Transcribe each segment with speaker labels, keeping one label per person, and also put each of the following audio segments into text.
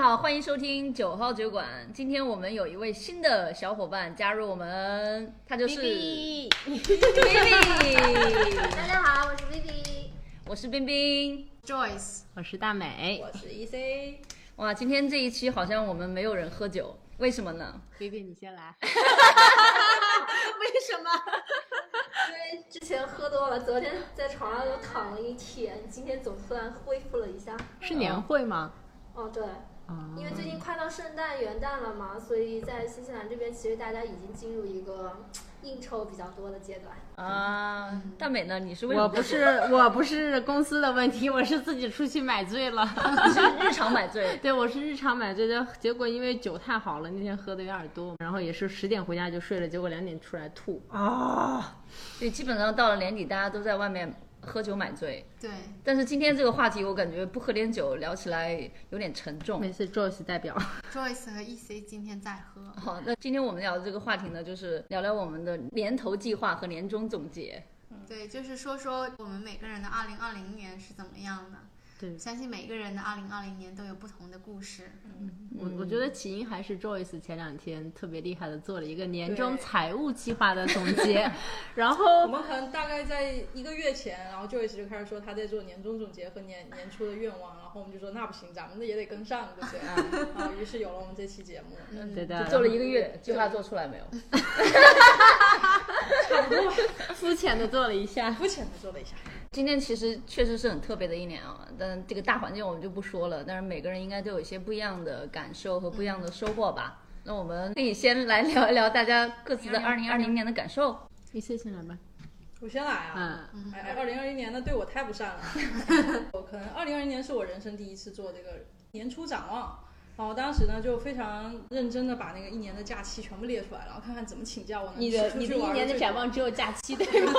Speaker 1: 好，欢迎收听九号酒馆。今天我们有一位新的小伙伴加入我们，他就是
Speaker 2: B B，
Speaker 1: Vivi
Speaker 3: 大家好，我是 Vivi。
Speaker 1: 我是冰冰。
Speaker 3: Joyce，
Speaker 2: 我是大美
Speaker 3: 我是 EC。
Speaker 1: 哇，今天这一期好像我们没有人喝酒，为什么呢？
Speaker 2: ，B B 你先来。
Speaker 3: 为什么？因为之前喝多了，昨天在床上又躺了一天，今天总算恢复了一下。
Speaker 2: 是年会吗？
Speaker 3: 哦，对，
Speaker 2: 啊
Speaker 3: 因为最近快到圣诞、元旦了嘛，所以在新西兰这边，其实大家已经进入一个应酬比较多的阶段。
Speaker 1: 啊，大美呢？你是为什么
Speaker 2: 我不是我不是公司的问题，我 是自己出去买醉 了。
Speaker 1: 你是日常买醉？
Speaker 2: 对，我是日常买醉的，结果因为酒太好了，那天喝的有点多，然后也是十点回家就睡了，结果两点出来吐啊。
Speaker 1: 对，基本上到了年底，大家都在外面喝酒买醉。
Speaker 4: 对，
Speaker 1: 但是今天这个话题，我感觉不喝点酒聊起来有点沉重。
Speaker 2: 每次 Joyce 代表，
Speaker 4: Joyce 和 EC 今天在喝，
Speaker 1: 好，那今天我们聊的这个话题呢，就是聊聊我们的年头计划和年终总结。
Speaker 4: 对，就是说说我们每个人的2020年是怎么样的。
Speaker 2: 对
Speaker 4: 相信每个人的2020年都有不同的故事。
Speaker 2: 我我觉得起因还是 Joyce 前两天特别厉害的做了一个年终财务计划的总 结，然
Speaker 5: 我
Speaker 2: 后
Speaker 5: 们可能大概在一个月前，然后 Joyce 就开始说他在做年终总结和年年初的愿望，然后我们就说那不行，咱们的也得跟上，对不对？
Speaker 2: 嗯
Speaker 5: 啊，于是有了我们这期节目，
Speaker 2: 对的，
Speaker 1: 呃就做了一个月，计划做出来没有？
Speaker 2: 肤浅的做了一下，
Speaker 5: 肤浅的做了一下。
Speaker 1: 今天其实确实是很特别的一年啊，但这个大环境我们就不说了，但是每个人应该都有一些不一样的感受和不一样的收获吧。那我们可以先来聊一聊大家各自的二零二零年的感受。
Speaker 2: 你谢谢来吧，
Speaker 5: 我先来啊，
Speaker 2: 嗯。
Speaker 5: 哎，二零二一年呢对我太不善 了，我可能二零二零年是我人生第一次做这个年初展望。然后当时呢，就非常认真的把那个一年的假期全部列出来，然后看看怎么请假我能
Speaker 2: 你的
Speaker 5: 出
Speaker 2: 你
Speaker 5: 去
Speaker 2: 的
Speaker 5: 玩
Speaker 2: 一
Speaker 5: 儿
Speaker 2: 年的
Speaker 5: 最
Speaker 2: 展
Speaker 5: 多
Speaker 2: 望只有假期， 对吗？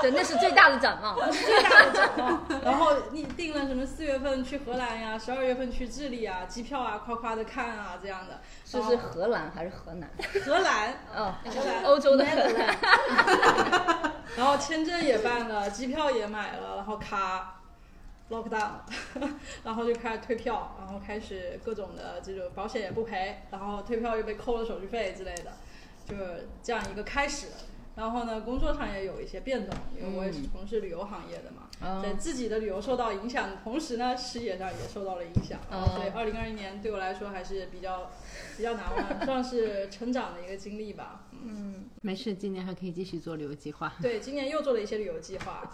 Speaker 1: 对，那是最大的展望。
Speaker 5: 最大的展望。 然后你定了什么四月份去荷兰呀，十二月份去智利啊，机票啊，夸夸的看啊这样的。
Speaker 1: 是是荷兰还是河南？
Speaker 5: 荷兰，
Speaker 1: 哦，
Speaker 5: 荷兰。
Speaker 1: 欧洲的荷兰。
Speaker 5: 然后签证也办了，机票也买了，然后咔 lockdown，然后就开始退票，然后开始各种的这种保险也不赔，然后退票又被扣了手续费之类的，就是这样一个开始。然后呢，工作上也有一些变动，因为我也是从事旅游行业的嘛，
Speaker 1: 哦
Speaker 5: 在自己的旅游受到影响的同时呢，事业上也受到了影响，然后所以二零二一年对我来说还是比较比较难忘，算是成长的一个经历吧。
Speaker 2: 没事，今年还可以继续做旅游计划。
Speaker 5: 对，今年又做了一些旅游计划，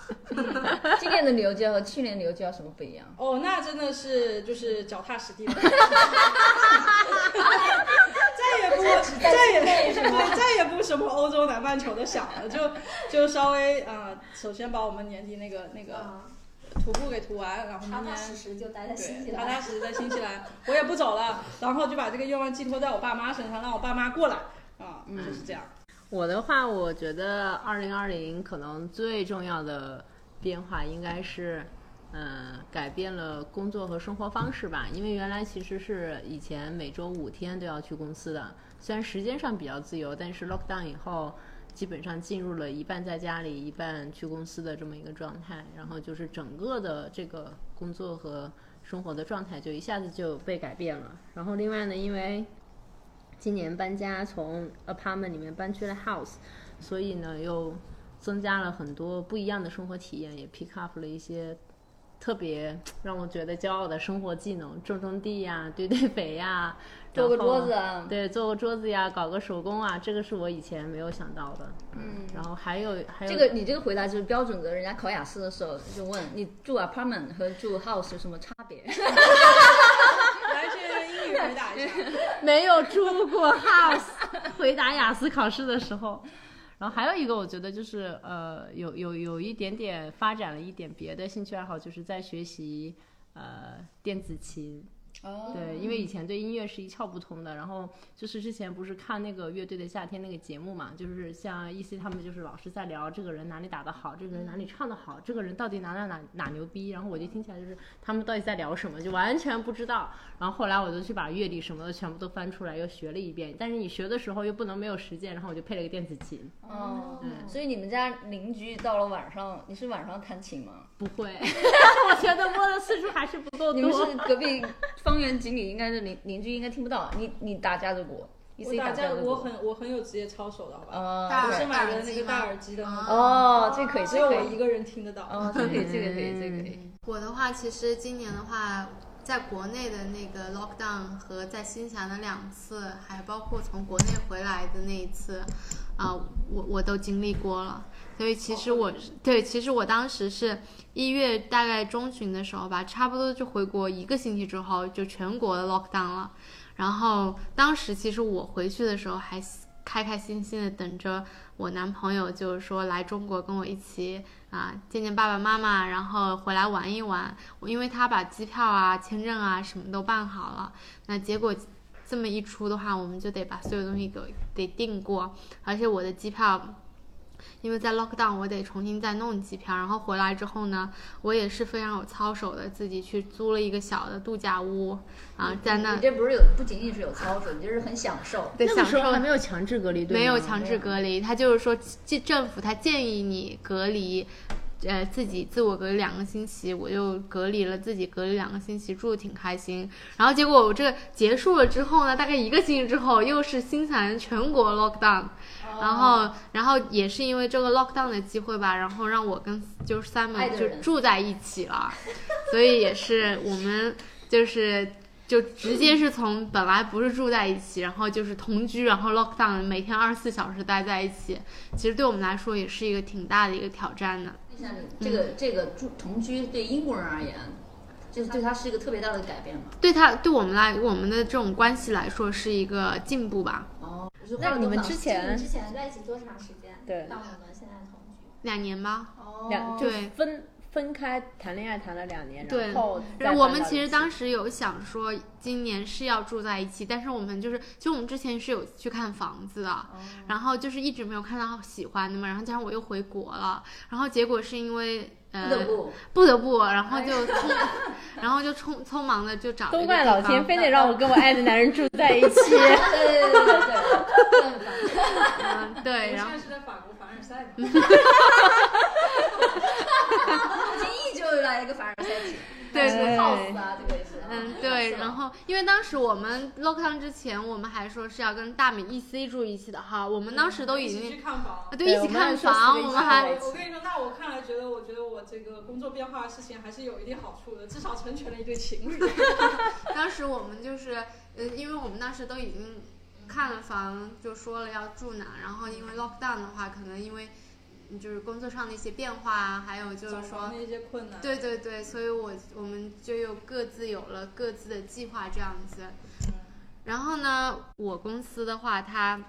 Speaker 1: 今年的旅游节和去年的旅游节有什么不一样？
Speaker 5: 哦，那真的是就是脚踏实地了， 再也不再也对再也不什么欧洲南半球的想了，就就稍微啊、呃首先把我们年底那个那个
Speaker 3: 啊，
Speaker 5: 徒步给涂完，然后
Speaker 3: 踏
Speaker 5: 明
Speaker 3: 踏实
Speaker 5: 年。
Speaker 3: 实就待在新西
Speaker 5: 对，踏踏
Speaker 3: 兰。
Speaker 5: 实实在新西兰，我也不走了，然后就把这个愿望寄托在我爸妈身上，让我爸妈过来啊，
Speaker 1: 嗯
Speaker 5: 就是这样。
Speaker 2: 我的话，我觉得二零二零可能最重要的变化应该是，嗯，改变了工作和生活方式吧。因为原来其实是以前每周五天都要去公司的，虽然时间上比较自由，但是 lockdown 以后。基本上进入了一半在家里，一半去公司的这么一个状态，然后就是整个的这个工作和生活的状态就一下子就被改变了。然后另外呢，因为今年搬家从 apartment 里面搬去了 house，所以呢又增加了很多不一样的生活体验，也 pick up 了一些特别让我觉得骄傲的生活技能，种种地呀、堆堆肥呀、
Speaker 1: 做个
Speaker 2: 然后
Speaker 1: 桌子啊
Speaker 2: 对，做个桌子呀，搞个手工啊，这个是我以前没有想到的。嗯，然后还有还有
Speaker 1: 这个你这个回答就是标准的，人家考雅思的时候就问你住 apartment 和住 house 有什么差别？
Speaker 5: 来，先用英语 回答一下。
Speaker 2: 没有住过 house，回答雅思考试的时候。然后还有一个，我觉得就是呃，有有有一点点发展了一点别的兴趣爱好，就是在学习呃电子琴。
Speaker 5: 哦，
Speaker 2: 对，因为以前对音乐是一窍不通的。然后就是之前不是看那个乐队的夏天那个节目嘛，就是像 E C 他们就是老是在聊这个人哪里打得好，这个人哪里唱得好，这个人到底哪哪哪哪牛逼。然后我就听起来就是他们到底在聊什么，就完全不知道。然后后来我就去把乐理什么的全部都翻出来又学了一遍。但是你学的时候又不能没有实践，然后我就配了个电子琴，
Speaker 3: 嗯
Speaker 1: 哦，所以你们家邻居到了晚上，你是晚上弹琴吗？
Speaker 2: 不会，我觉得摸的次数还是不够多。
Speaker 1: 你们是隔壁方方圆几里应该是邻邻居应该听不到，你你打架子鼓，你自
Speaker 5: 我
Speaker 1: 己
Speaker 5: 打
Speaker 1: 架
Speaker 5: 架，
Speaker 1: 子
Speaker 5: 我
Speaker 1: 鼓，
Speaker 5: 很我很有职业操守的，好吧？
Speaker 1: 啊
Speaker 4: 大
Speaker 5: 我是
Speaker 4: 耳
Speaker 5: 买
Speaker 4: 大
Speaker 5: 的
Speaker 4: 耳
Speaker 5: 那
Speaker 4: 机
Speaker 5: 个大
Speaker 4: 吗
Speaker 5: 耳机的那
Speaker 4: 啊
Speaker 5: 个，
Speaker 1: 哦，这可以，
Speaker 5: 只
Speaker 1: 这
Speaker 5: 有
Speaker 1: 可
Speaker 5: 我
Speaker 1: 以
Speaker 5: 一，个人听得到。
Speaker 1: 哦，这可以，这个可以，这个可以。
Speaker 4: 我的话，其实今年的话，在国内的那个 lockdown 和在新西兰的两次，还包括从国内回来的那一次，啊、我我都经历过了。所以其实我对，其实我当时是一月大概中旬的时候吧，差不多就回国一个星期之后，就全国的 lockdown 了。然后当时其实我回去的时候还开开心心的等着我男朋友，就是说来中国跟我一起啊见见爸爸妈妈，然后回来玩一玩。我因为他把机票啊、签证啊什么都办好了，那结果这么一出的话，我们就得把所有东西给得订过，而且我的机票。因为在 lockdown，我得重新再弄机票，然后回来之后呢，我也是非常有操守的，自己去租了一个小的度假屋，啊，在那
Speaker 1: 你这不是有不仅仅是有操守，你这是很享受。
Speaker 4: 得
Speaker 2: 那
Speaker 4: 享
Speaker 2: 个时
Speaker 4: 受
Speaker 2: 候还没有强制隔离，对吗
Speaker 4: 没有强制隔离，他就是说，政政府他建议你隔离，呃，自己自我隔离两个星期，我就隔离了自己隔离两个星期，住的挺开心。然后结果我这结束了之后呢，大概一个星期之后，又是新西兰全国 lockdown，然后
Speaker 1: 哦
Speaker 4: 然后也是因为这个 lockdown 的机会吧，然后让我跟就是 Simon
Speaker 1: 爱的
Speaker 4: 就
Speaker 1: 人
Speaker 4: 住在一起了， 所以也是我们就是就直接是从本来不是住在一起，然后就是同居，然后 lockdown 每天二十四小时待在一起，其实对我们来说也是一个挺大的一个挑战的。
Speaker 1: 问一下你，这个这个住同居对英国人而言，就是对他是一个特别大的改变嘛？
Speaker 4: 对他对我们来我们的这种关系来说是一个进步吧。
Speaker 1: 哦，就是花
Speaker 2: 那
Speaker 1: 了
Speaker 2: 你们
Speaker 1: 多少
Speaker 2: 之
Speaker 3: 就你
Speaker 2: 前
Speaker 3: 们之前在一起多长时间？
Speaker 2: 对
Speaker 3: 到我们现在同居，
Speaker 4: 两年吧，
Speaker 1: 哦
Speaker 2: 两就
Speaker 4: 对
Speaker 2: 分分开谈恋爱谈了两年，
Speaker 4: 对
Speaker 2: 然后再
Speaker 4: 我
Speaker 2: 搬
Speaker 4: 们
Speaker 2: 到
Speaker 4: 其
Speaker 2: 一
Speaker 4: 实
Speaker 2: 起
Speaker 4: 当时有想说今年是要住在一起，但是我们就是，就我们之前是有去看房子的，
Speaker 2: 哦
Speaker 4: 然后就是一直没有看到喜欢的嘛，然后加上我又回国了，然后结果是因为呃
Speaker 1: 不得不
Speaker 4: 不得不，然后就匆， 然后就匆匆忙的就找了
Speaker 2: 哎
Speaker 4: 一
Speaker 2: 都
Speaker 4: 个
Speaker 2: 怪
Speaker 4: 地
Speaker 2: 老
Speaker 4: 方
Speaker 2: 天，非得让我跟我爱的男人住在一起。
Speaker 1: 对对对对对对对，
Speaker 4: 嗯
Speaker 5: 我
Speaker 4: 对，
Speaker 5: 哎现
Speaker 4: 然后
Speaker 5: 在是在法国凡尔赛嘛，
Speaker 1: 不经意就来一个凡尔赛曲，
Speaker 4: 对
Speaker 1: 什
Speaker 2: 对
Speaker 1: 么 house 啊，这个也是。
Speaker 4: 嗯，对，然后因为当时我们 lockdown 之前，我们还说是要跟大美 EC 住一起的哈，我们当时都已
Speaker 5: 一起
Speaker 4: 经
Speaker 5: 去看房
Speaker 4: 啊。
Speaker 2: 对
Speaker 4: 一起
Speaker 2: 我们还说
Speaker 4: 看
Speaker 2: 四
Speaker 4: 房，
Speaker 2: 个一
Speaker 4: 我
Speaker 2: 起
Speaker 4: 们
Speaker 2: 看
Speaker 4: 还
Speaker 2: 房
Speaker 5: 我我跟你说，那我看来觉得，我觉得我这个工作变化的事情还是有一定好处的，至少成全了一对情侣。
Speaker 4: 当时我们就是，呃，因为我们当时都已经看了房，就说了要住哪，然后因为 lockdown 的话，可能因为嗯就是工作上的一些变化啊，还有就
Speaker 5: 找
Speaker 4: 是说
Speaker 5: 房的一些困难，
Speaker 4: 对对对，所以我我们就又各自有了各自的计划这样子。然后呢，我公司的话，他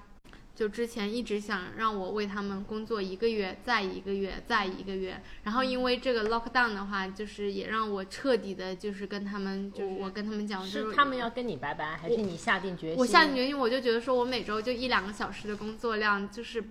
Speaker 4: 就之前一直想让我为他们工作一个月，再一个月，再一个月。然后因为这个 lockdown 的话，就是也让我彻底的，就是跟他们，就是我跟他们讲，就是
Speaker 2: 嗯他们要跟你拜拜，还是你下定决心？
Speaker 4: 我下定决心，我就觉得说我每周就一两个小时的工作量，就是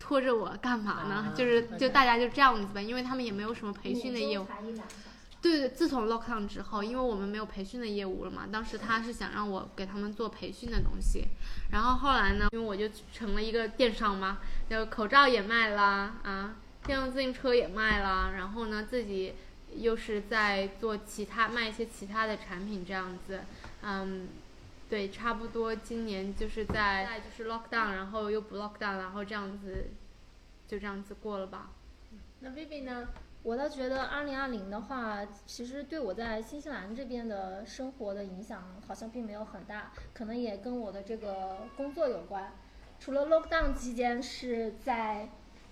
Speaker 4: 拖着我干嘛呢？
Speaker 2: 啊
Speaker 4: 就是就
Speaker 2: OK
Speaker 4: 大家就这样子吧，因为他们也没有什么培训的业务
Speaker 3: 每周。才一两个小时，
Speaker 4: 对对，自从 lockdown 之后，因为我们没有培训的业务了嘛，当时他是想让我给他们做培训的东西，然后后来呢，因为我就成了一个电商嘛，就口罩也卖啦，啊，电动自行车也卖啦，然后呢，自己又是在做其他卖一些其他的产品这样子，嗯。对，差不多今年就是在在就是 lockdown，然后又不 lockdown，然后这样子，就这样子过了吧。
Speaker 6: 那 Vivi 呢？我倒觉得二零二零的话，其实对我在新西兰这边的生活的影响好像并没有很大，可能也跟我的这个工作有关。除了 lockdown 期间是在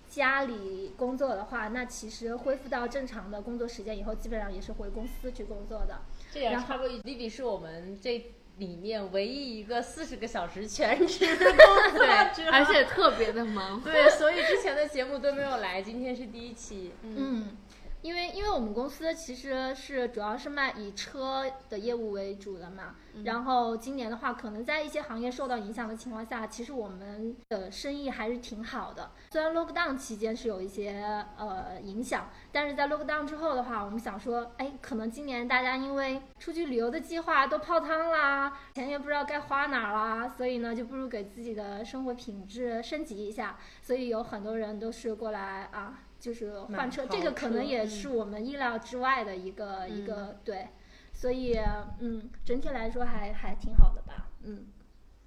Speaker 6: 家里工作的话，那其实恢复到正常的工作时间以后，基本上也是回公司去工作的。
Speaker 2: 这也
Speaker 6: 然后
Speaker 2: 差不多。丽丽是我们这里面唯一一个四十个小时全职的工作者，
Speaker 4: 而且特别的忙。
Speaker 2: 对，所以之前的节目都没有来，今天是第一期。
Speaker 6: 嗯，因为因为我们公司其实是主要是卖以车的业务为主的嘛，然后今年的话，可能在一些行业受到影响的情况下，其实我们的生意还是挺好的。虽然 lockdown 期间是有一些呃影响，但是在 lockdown 之后的话，我们想说，哎，可能今年大家因为出去旅游的计划都泡汤啦，钱也不知道该花哪儿啦，所以呢，就不如给自己的生活品质升级一下。所以有很多人都是过来啊，就是换车，
Speaker 2: 买豪
Speaker 6: 这个可能
Speaker 2: 车
Speaker 6: 嗯也是我们意料之外的一个、一个对。所以嗯，整体来说还还挺好的吧，嗯。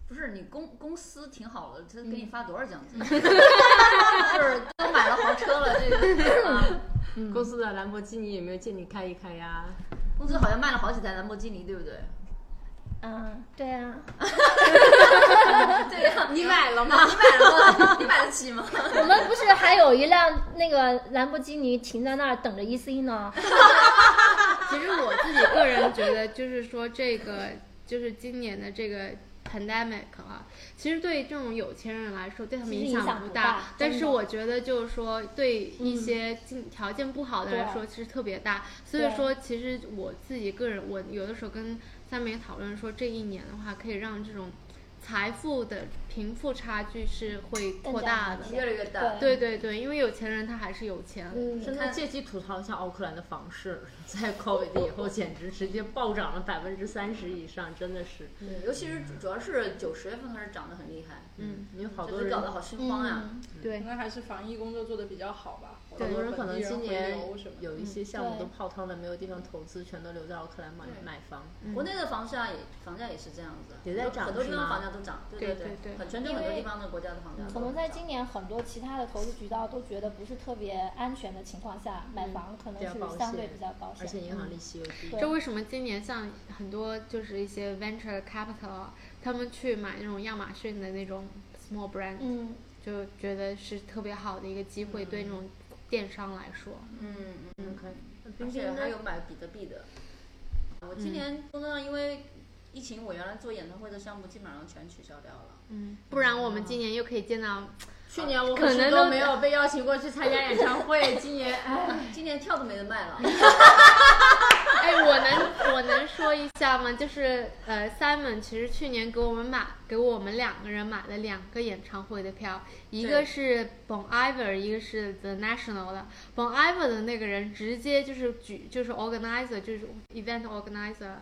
Speaker 1: 不是你公公司挺好的，他给你发多少奖 金？
Speaker 2: 就是
Speaker 1: 都买了豪车了，这 个、啊、
Speaker 2: 公司的兰博基尼有没有借你开一开呀？
Speaker 1: 公司好像卖了好几台兰博基尼，对不对？
Speaker 6: 嗯，对呀、啊。
Speaker 1: 对呀、啊，
Speaker 4: 你买了吗？
Speaker 1: 你买了吗？你买得起吗？
Speaker 6: 我们不是还有一辆那个兰博基尼停在那儿等着 E C 呢？
Speaker 4: 其实我自己个人觉得，就是说这个，就是今年的这个。pandemic 啊，其实对这种有钱人来说，对他们影响
Speaker 6: 不
Speaker 4: 大。
Speaker 6: 大
Speaker 4: 但是我觉得，就是说，对一些经条件不好的人来说，其实特别大。所以说，其实我自己个人，我有的时候跟三明讨论说，这一年的话，可以让这种财富的贫富差距是会扩大的，
Speaker 1: 越来越大。
Speaker 4: 对对对，因为有钱人他还是有钱。
Speaker 6: 嗯，
Speaker 2: 真的借机吐槽一下奥克兰的房市，在 COVID 以后简直直接暴涨了百分之三十以上，真的是。
Speaker 1: 对，嗯尤其是主要是九十月份开始涨得很厉害。
Speaker 2: 嗯，有好
Speaker 1: 就
Speaker 2: 多
Speaker 1: 是
Speaker 2: 人
Speaker 1: 搞得好心慌啊。
Speaker 4: 嗯对，
Speaker 5: 那还是防疫工作做得比较好吧。
Speaker 2: 好多人可能今年
Speaker 5: 有
Speaker 2: 有一些项目
Speaker 6: 对
Speaker 2: 都泡汤了，没有地方投资，全都留在奥克兰买
Speaker 1: 对嗯
Speaker 2: 买房。
Speaker 1: 国内的房价也房价也是这样子，啊
Speaker 2: 也在涨
Speaker 1: 很多地
Speaker 2: 是
Speaker 1: 方
Speaker 2: 吗
Speaker 1: 房价都涨，对
Speaker 4: 对对对
Speaker 1: 很全球很多地方的国家的房价都涨。
Speaker 6: 可能在今年很多其他的投资渠道都觉得不是特别安全的情况下，买房可能
Speaker 2: 比较保
Speaker 6: 是相对
Speaker 2: 险
Speaker 6: 嗯比较保
Speaker 2: 而且
Speaker 6: 险。嗯
Speaker 2: 银行利息又低。
Speaker 6: 对
Speaker 4: 这为什么今年像很多就是一些 venture capital，啊他们去买那种亚马逊的那种 small brand，、
Speaker 6: 嗯，
Speaker 4: 就觉得是特别好的一个机会，对那种电商来说。
Speaker 1: 嗯嗯，
Speaker 2: OK，
Speaker 1: 而且还有买比特币的。我今年工作上因为疫情，我原来做演唱会的项目基本上全取消掉了。
Speaker 4: 嗯，不然我们今年又可以见到
Speaker 2: 去年我
Speaker 4: 可能
Speaker 2: 都
Speaker 4: 都
Speaker 2: 没有被邀请过去参加演唱会，今年哎，
Speaker 1: 今年票都没得卖了，
Speaker 4: 哎，我能我能说一下吗？就是呃，Simon 其实去年给我们买给我们两个人买了两个演唱会的票，一个是 Bon Iver，一个是 The National 的。Bon Iver 的那个人直接就是举就是 organizer 就是 event organizer，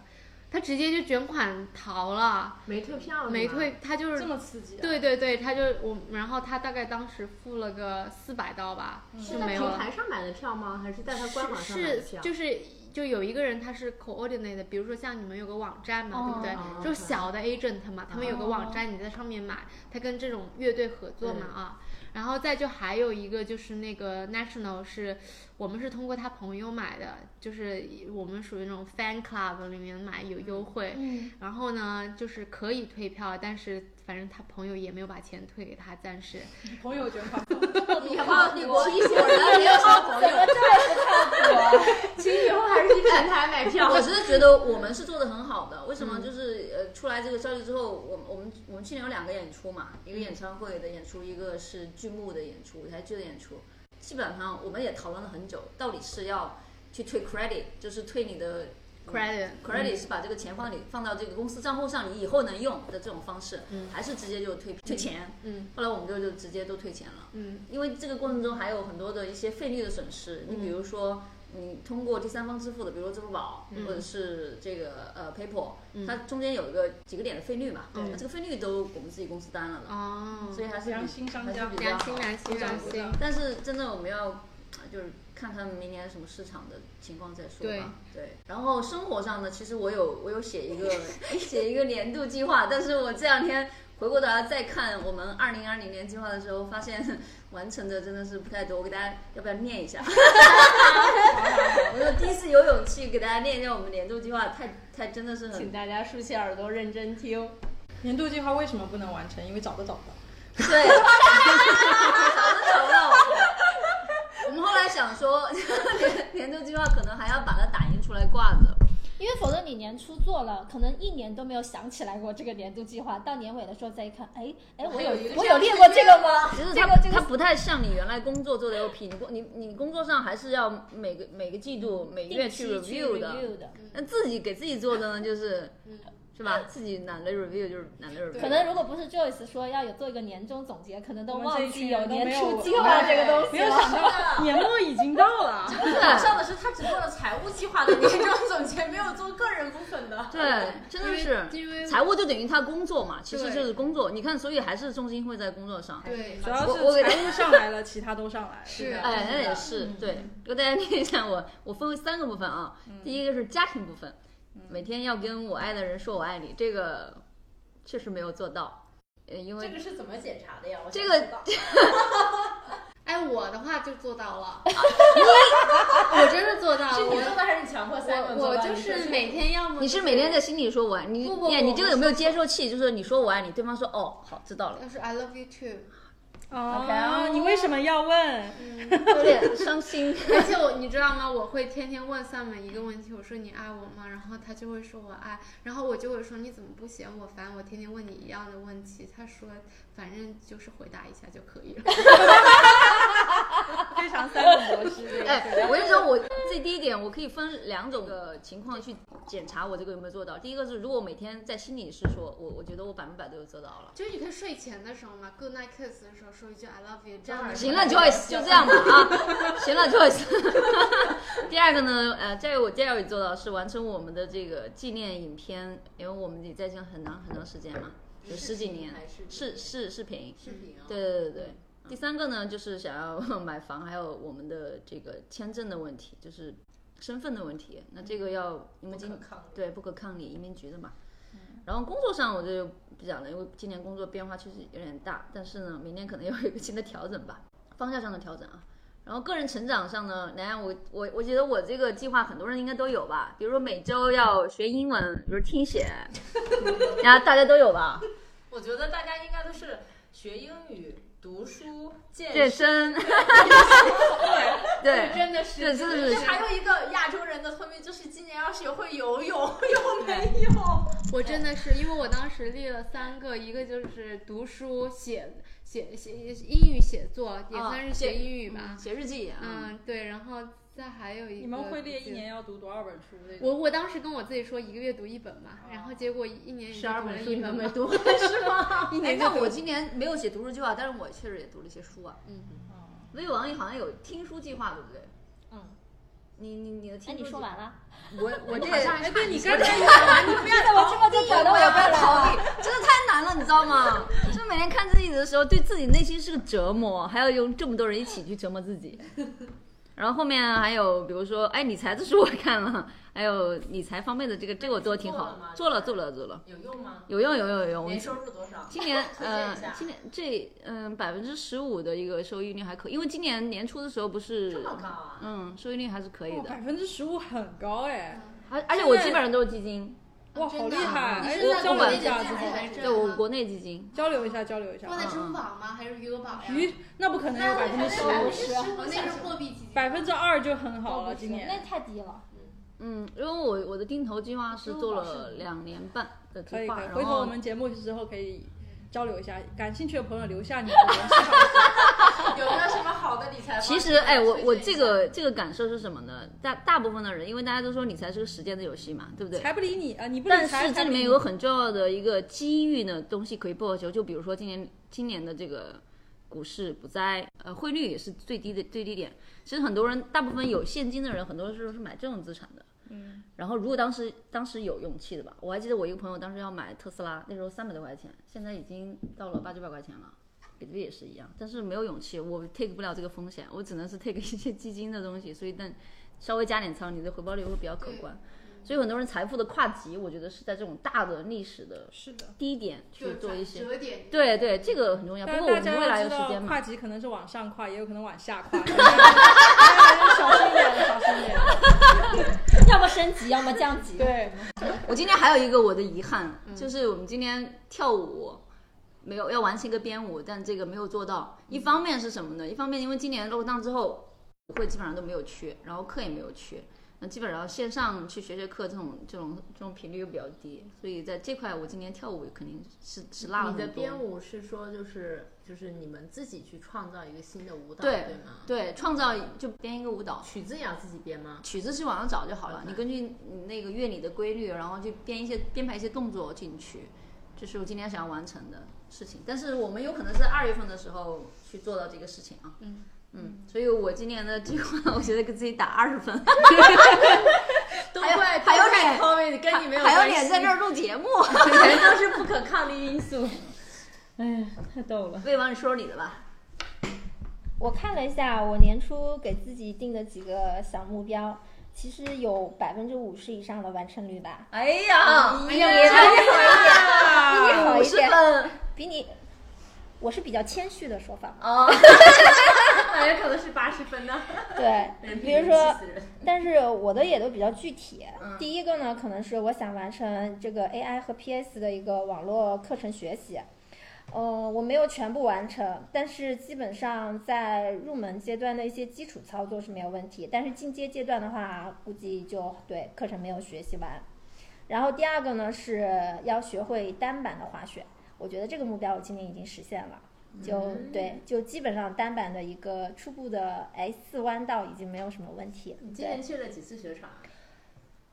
Speaker 4: 他直接就卷款逃了，
Speaker 2: 没退票是吗
Speaker 4: 没退，他就是
Speaker 5: 哦这么刺激、啊。
Speaker 4: 对对对，他就我，然后他大概当时付了个四百刀吧，
Speaker 5: 嗯
Speaker 2: 是
Speaker 4: 就
Speaker 2: 在
Speaker 4: 没有
Speaker 2: 平
Speaker 4: 了。
Speaker 2: 台上买的票吗？还是在他官网上买的啊
Speaker 4: 是
Speaker 2: 票？
Speaker 4: 就是就有一个人他是 coordinate 的，比如说像你们有个网站嘛，对不对？
Speaker 2: 哦
Speaker 4: 就是小的 agent 嘛，他们有个网站，你在上面买，他跟这种乐队合作嘛
Speaker 2: 嗯
Speaker 4: 啊。然后再就还有一个就是那个 national 是我们是通过他朋友买的，就是我们属于那种 fan club 里面买有优惠。
Speaker 6: 嗯
Speaker 4: 然后呢，就是可以退票，但是反正他朋友也没有把钱退给他，暂时。
Speaker 5: 朋友卷款，
Speaker 1: 以后你国
Speaker 2: 提醒
Speaker 1: 果然没有什么朋友。
Speaker 2: 请以后还是去平台买票。
Speaker 1: 我只是觉得我们是做的很好的，为什么？就是呃，出来这个消息之后，我们我们我们去年有两个演出嘛，一个演唱会的演出，一个是剧目的演出，舞台剧的演出。基本上我们也讨论了很久，到底是要去退 credit，就是退你的
Speaker 2: 嗯
Speaker 4: credit
Speaker 1: credit 是把这个钱放你放到这个公司账户上，你以后能用的这种方式，还是直接就退退钱？
Speaker 4: 嗯，
Speaker 1: 后来我们就就直接都退钱了。
Speaker 4: 嗯，
Speaker 1: 因为这个过程中还有很多的一些费率的损失，你比如说。你通过第三方支付的，比如说支付宝、
Speaker 4: 嗯
Speaker 1: 或者是这个呃 PayPal，、它中间有一个几个点的费率嘛，那这个费率都我们自己公司担了的，
Speaker 4: 嗯哦，
Speaker 1: 所以还是比
Speaker 5: 良心商
Speaker 1: 还是
Speaker 5: 家
Speaker 1: 比较
Speaker 4: 良心
Speaker 1: 好。
Speaker 4: 良心良心。
Speaker 1: 但是真正我们要呃就是看看明年什么市场的情况再说吧。对然后生活上呢，其实我有我有写一个 写一个年度计划，但是我这两天回过头来再看我们二零二零年计划的时候，发现 完成的真的是不太多。我给大家要不要念一下？ 我说第一次有勇气给大家念一下我们年度计划，太太真的是很
Speaker 2: 请大家竖起耳朵认真听。
Speaker 5: 年度计划为什么不能完成？因为找都找不 到。
Speaker 1: 对，找都找不到。我们后来想说， 年年度计划可能还要把它打印出来挂着。
Speaker 6: 因为否则你年初做了，可能一年都没有想起来过这个年度计划，到年尾的时候再一看，哎哎，我
Speaker 5: 还
Speaker 6: 有
Speaker 5: 有一个
Speaker 6: 我
Speaker 5: 这
Speaker 6: 有
Speaker 5: 样
Speaker 6: 列
Speaker 5: 的
Speaker 6: 过
Speaker 5: 事
Speaker 6: 这个吗？
Speaker 1: 其实
Speaker 6: 这
Speaker 1: 它
Speaker 6: 个这
Speaker 1: 它
Speaker 6: 个
Speaker 1: 不太像你原来工作做的 LP，你工你你工作上还是要每个每个季度每
Speaker 6: 定
Speaker 1: 月
Speaker 6: 期
Speaker 1: 去 review 的。
Speaker 6: review 的。
Speaker 1: 那自己给自己做的呢，就是是吧？自己懒得 review 就是懒得 review。
Speaker 6: 可能如果不是 Joyce 说要有做一个年终总结，可能都
Speaker 5: 我们这
Speaker 6: 忘
Speaker 5: 一
Speaker 6: 记
Speaker 5: 群
Speaker 6: 有
Speaker 5: 人都
Speaker 6: 年
Speaker 5: 没
Speaker 6: 初
Speaker 5: 有
Speaker 6: 计划这个东西
Speaker 5: 没有
Speaker 6: 了。
Speaker 5: 想 到年末已经到了，
Speaker 1: 对
Speaker 4: 上的是他只做了财务计划的年终总结，没有做个人部分的。
Speaker 1: 对，真的是
Speaker 4: 因为
Speaker 1: 财务就等于他工作嘛，其实
Speaker 4: 对
Speaker 1: 就是工作。你看，所以还是重心会在工作上。
Speaker 4: 对
Speaker 5: 主要
Speaker 1: 我我给
Speaker 5: 是财务上来了，其他都上来了。
Speaker 4: 是
Speaker 5: 吧
Speaker 1: 哎，那 也是，对，给大家念一下我，我分为三个部分啊。第一个是家庭部分，每天要跟我爱的人说我爱你，这个确实没有做到，呃，因
Speaker 3: 这
Speaker 1: 为
Speaker 3: 个是怎么检查的呀？我
Speaker 1: 这个
Speaker 3: 想知道
Speaker 4: 哎，我的话就做到了，我真的做到了，
Speaker 3: 是
Speaker 2: 啊
Speaker 3: 你做
Speaker 4: 我
Speaker 3: 的还是你强迫三个
Speaker 4: 我我就是每天要么
Speaker 1: 你是每天在心里说我爱你，
Speaker 4: 不不
Speaker 1: 你你
Speaker 4: 我
Speaker 1: 这个有没有接受器？就是你说我爱你，对方说哦好知道了，
Speaker 4: 要是 I love you too，
Speaker 5: 哦，你为什么要问？
Speaker 1: 有点伤心。
Speaker 4: 而且我你知道吗？我会天天问 Sam 一个问题，我说你爱我吗？然后他就会说我爱，然后我就会说你怎么不嫌我烦？我天天问你一样的问题，他说反正就是回答一下就可以了。
Speaker 5: 非常三
Speaker 2: 嗯
Speaker 5: 种模式。
Speaker 1: 哎，我跟你说，我最低一点，我可以分两种的情况去检查我这个有没有做到。第一个是，如果每天在心里是说我，我觉得我百分百都有做到了。
Speaker 4: 就是你可以睡前的时候嘛，Good night kiss 的时候说一句 I love you，这样的
Speaker 1: 行了，Joyce，就这啊样吧 啊，行了，Joyce。第二个呢，呃，在我第二位做到是完成我们的这个纪念影片，因为我们也在这很长很长时间嘛，有十几年，是是嗯视频，
Speaker 2: 视频啊，
Speaker 1: 对对对对。第三个呢，就是想要 买房，还有我们的这个签证的问题，就是身份的问题。那这个要因为今对不可抗力移民局的嘛。然后工作上我就不讲了，因为今年工作变化确实有点大，但是呢，明年可能要有一个新的调整吧， 方向上的调整啊。然后个人成长上呢，南安，我我我觉得我这个计划很多人应该都有吧，比如说每周要学英文，比如听 写，然后大家都有吧，
Speaker 7: 我觉得大家应该都是学英语、读书、健
Speaker 1: 健身， 对
Speaker 7: 真的是，
Speaker 1: 对真的是
Speaker 7: 这还有一个亚洲人的通病，就是今年要学会游泳，有没有？
Speaker 4: 我真的是，因为我当时列了三个，一个就是读书、写写写英语写作，也
Speaker 1: 啊
Speaker 4: 算是
Speaker 1: 写
Speaker 4: 学英语吧。
Speaker 1: 写日记啊，
Speaker 4: 哦嗯，对，然后再还有一个，
Speaker 5: 你们会列一？年要读多少本书？这种
Speaker 4: 我我当时跟我自己说一个月读一本嘛，然后结果一年也就
Speaker 2: 十二
Speaker 4: 读了
Speaker 2: 本书
Speaker 4: 一
Speaker 2: 你们
Speaker 4: 本
Speaker 2: 没
Speaker 4: 嘛。
Speaker 2: 读，
Speaker 1: 哎，那我今年没有写读书计划，但是我确实也读了一些书啊。
Speaker 4: 嗯，
Speaker 1: 微网易好像有听书计划，对不对？
Speaker 6: 嗯，
Speaker 1: 你你你的听
Speaker 6: 哎，
Speaker 1: 书计
Speaker 6: 你说完了，
Speaker 1: 我我这
Speaker 5: 哎，对你刚 才
Speaker 6: 我这么就搞得
Speaker 1: 我
Speaker 6: 我
Speaker 1: 也不
Speaker 6: 要
Speaker 1: 要
Speaker 6: 了。
Speaker 1: 逃避，真的太难了，你知道 吗？就每天看自己的时候，对自己内心是个折磨，还要用这么多人一起去折磨自 己。然后后面还有，比如说，哎，理财的书我看了，还有理财方面的这个，这个我都挺好，做
Speaker 7: 做
Speaker 1: 了做了做了，
Speaker 7: 有用吗？
Speaker 1: 有用有用有用。我
Speaker 7: 年收入多少？
Speaker 1: 今年
Speaker 7: 推荐
Speaker 1: 呃
Speaker 7: 一下，
Speaker 1: 今年这嗯百分之十五的一个收益率还可以，因为今年年初的时候不是
Speaker 7: 这么高啊？哦
Speaker 1: 嗯收益率还是可以的，
Speaker 5: 哦百分之十五很高哎，
Speaker 1: 而而且我基本上都是基金，
Speaker 5: 哇，
Speaker 4: 真
Speaker 5: 好厉
Speaker 4: 的啊
Speaker 5: 害！
Speaker 4: 你
Speaker 5: 哎，
Speaker 4: 是在
Speaker 5: 交
Speaker 1: 国
Speaker 5: 流
Speaker 1: 内
Speaker 5: 一下，
Speaker 4: 的
Speaker 5: 自
Speaker 4: 自己还
Speaker 5: 己
Speaker 4: 是
Speaker 1: 对
Speaker 7: 啊
Speaker 1: 我国内基金。
Speaker 5: 交流一下，交流一下
Speaker 4: 放。在
Speaker 5: 啊
Speaker 4: 支付宝吗？还是余额宝呀？
Speaker 5: 鱼那不可能有百分之十
Speaker 6: 百分
Speaker 5: 五，
Speaker 6: 之十，
Speaker 4: 我那是货币基金。
Speaker 5: 百分之二就很好了。
Speaker 6: 不
Speaker 5: 今
Speaker 6: 是，那
Speaker 5: 年
Speaker 6: 太低了。
Speaker 1: 嗯，因为我我的定投计划是做了两年半的
Speaker 5: 可
Speaker 1: 计
Speaker 5: 以
Speaker 1: 划，
Speaker 5: 可以，
Speaker 1: 然
Speaker 5: 回头我
Speaker 1: 后
Speaker 5: 们节目之后可以交流一下，感兴趣的朋友留下你的联系 方式。
Speaker 7: 有没有什么好的理财方式？
Speaker 1: 其实哎，我我
Speaker 7: 推荐
Speaker 1: 这
Speaker 7: 一下
Speaker 1: 个这个感受是什么呢？大大部分的人，因为大家都说理财是个时间的游戏嘛，对不对？
Speaker 5: 才不理你啊！你不理
Speaker 1: 但
Speaker 5: 财
Speaker 1: 是这
Speaker 5: 才
Speaker 1: 里
Speaker 5: 不理
Speaker 1: 面
Speaker 5: 你
Speaker 1: 有个很重要的一个机遇呢，东西可以不可求。就比如说今年今年的这个股市股灾，呃，汇率也是最低的最低点。其实很多人，大部分有现金的人，很多时候是买这种资产的。嗯。然后如果当时当时有勇气的吧，我还记得我一个朋友当时要买特斯拉，那时候三百多块钱，现在已经到了八九百块钱了。比特币也是一样，但是没有勇气，我 take 不了这个风险，我只能是 take 一些基金的东西，所以但稍微加点仓，你的回报率会比较可观。所以很多人财富的跨级，我觉得是在这种大的历史的
Speaker 5: 是的，
Speaker 1: 低点去
Speaker 4: 就
Speaker 1: 做一些。
Speaker 4: 折点。
Speaker 1: 对对，这个很重要。不
Speaker 5: 但
Speaker 1: 过
Speaker 5: 是
Speaker 1: 我
Speaker 5: 大
Speaker 1: 们未
Speaker 5: 家
Speaker 1: 来
Speaker 5: 要
Speaker 1: 有
Speaker 5: 知
Speaker 1: 时
Speaker 5: 道，
Speaker 1: 间嘛
Speaker 5: 跨，级可能是往上跨，也有可能往下跨，大家还是小心一点，小心一点。
Speaker 6: 要么升级，要么降级。
Speaker 5: 对，
Speaker 1: 我今天还有一个我的遗憾，
Speaker 2: 嗯
Speaker 1: 就是我们今天跳舞没有要完成一个编舞，但这个没有做到。
Speaker 2: 嗯
Speaker 1: 一方面是什么呢？一方面因为今年 lock down 之后，舞会基本上都没有去，然后课也没有去，那基本上线上去学学课这种这种这种频率又比较低，所以在这块我今年跳舞肯定是是落了
Speaker 2: 你
Speaker 1: 很多。
Speaker 2: 的编舞是说就是就是你们自己去创造一个新的舞蹈，
Speaker 1: 对
Speaker 2: 对吗？
Speaker 1: 对，创造就编一个舞蹈，
Speaker 2: 曲子也要自己编吗？
Speaker 1: 曲子去网上找就好了，
Speaker 2: OK
Speaker 1: 你根据你那个乐理的规律，然后去编一些编排一些动作进去，这是我今天想要完成的事情。但是我们有可能是二月份的时候去做到这个事情啊。
Speaker 4: 嗯
Speaker 1: 嗯所以我今年的计划，我 觉得给自己打二十分，
Speaker 7: 都
Speaker 1: 还有
Speaker 7: 怪
Speaker 1: 还有
Speaker 7: 都怪
Speaker 1: 脸
Speaker 7: COVID 跟你没有
Speaker 1: 还
Speaker 7: 关
Speaker 1: 有脸
Speaker 7: 系
Speaker 1: 在这儿录节目。
Speaker 7: 全都是不可抗力因 素。
Speaker 6: 哎呀，太逗了。
Speaker 1: 魏王，你说说你的吧。
Speaker 6: 我看了一下我年初给自己定的几个小目标，其实有百分之五十以上的完成率吧，
Speaker 1: 哎呀，
Speaker 6: 比你比
Speaker 7: 哎
Speaker 6: 你
Speaker 5: 啊
Speaker 6: 好一点，比你好
Speaker 1: 五
Speaker 6: 一
Speaker 1: 十
Speaker 6: 点，
Speaker 1: 分
Speaker 6: 比你，我是比较谦虚的说法，
Speaker 1: 哦，
Speaker 7: 大家可能是八十分呢。
Speaker 6: 对，比如说，但是我的也都比较具体。
Speaker 1: 嗯
Speaker 6: 第一个呢，可能是我想完成这个 AI 和 PS 的一个网络课程学习。嗯、我没有全部完成，但是基本上在入门阶段的一些基础操作是没有问题。但是进阶阶段的话，估计就对课程没有学习完。然后第二个呢，是要学会单板的滑雪，我觉得这个目标我今年已经实现了。就
Speaker 7: 嗯
Speaker 6: 对，就基本上单板的一个初步的 S 弯道已经没有什么问题。
Speaker 7: 你今
Speaker 6: 对，
Speaker 7: 年去了几次雪场啊？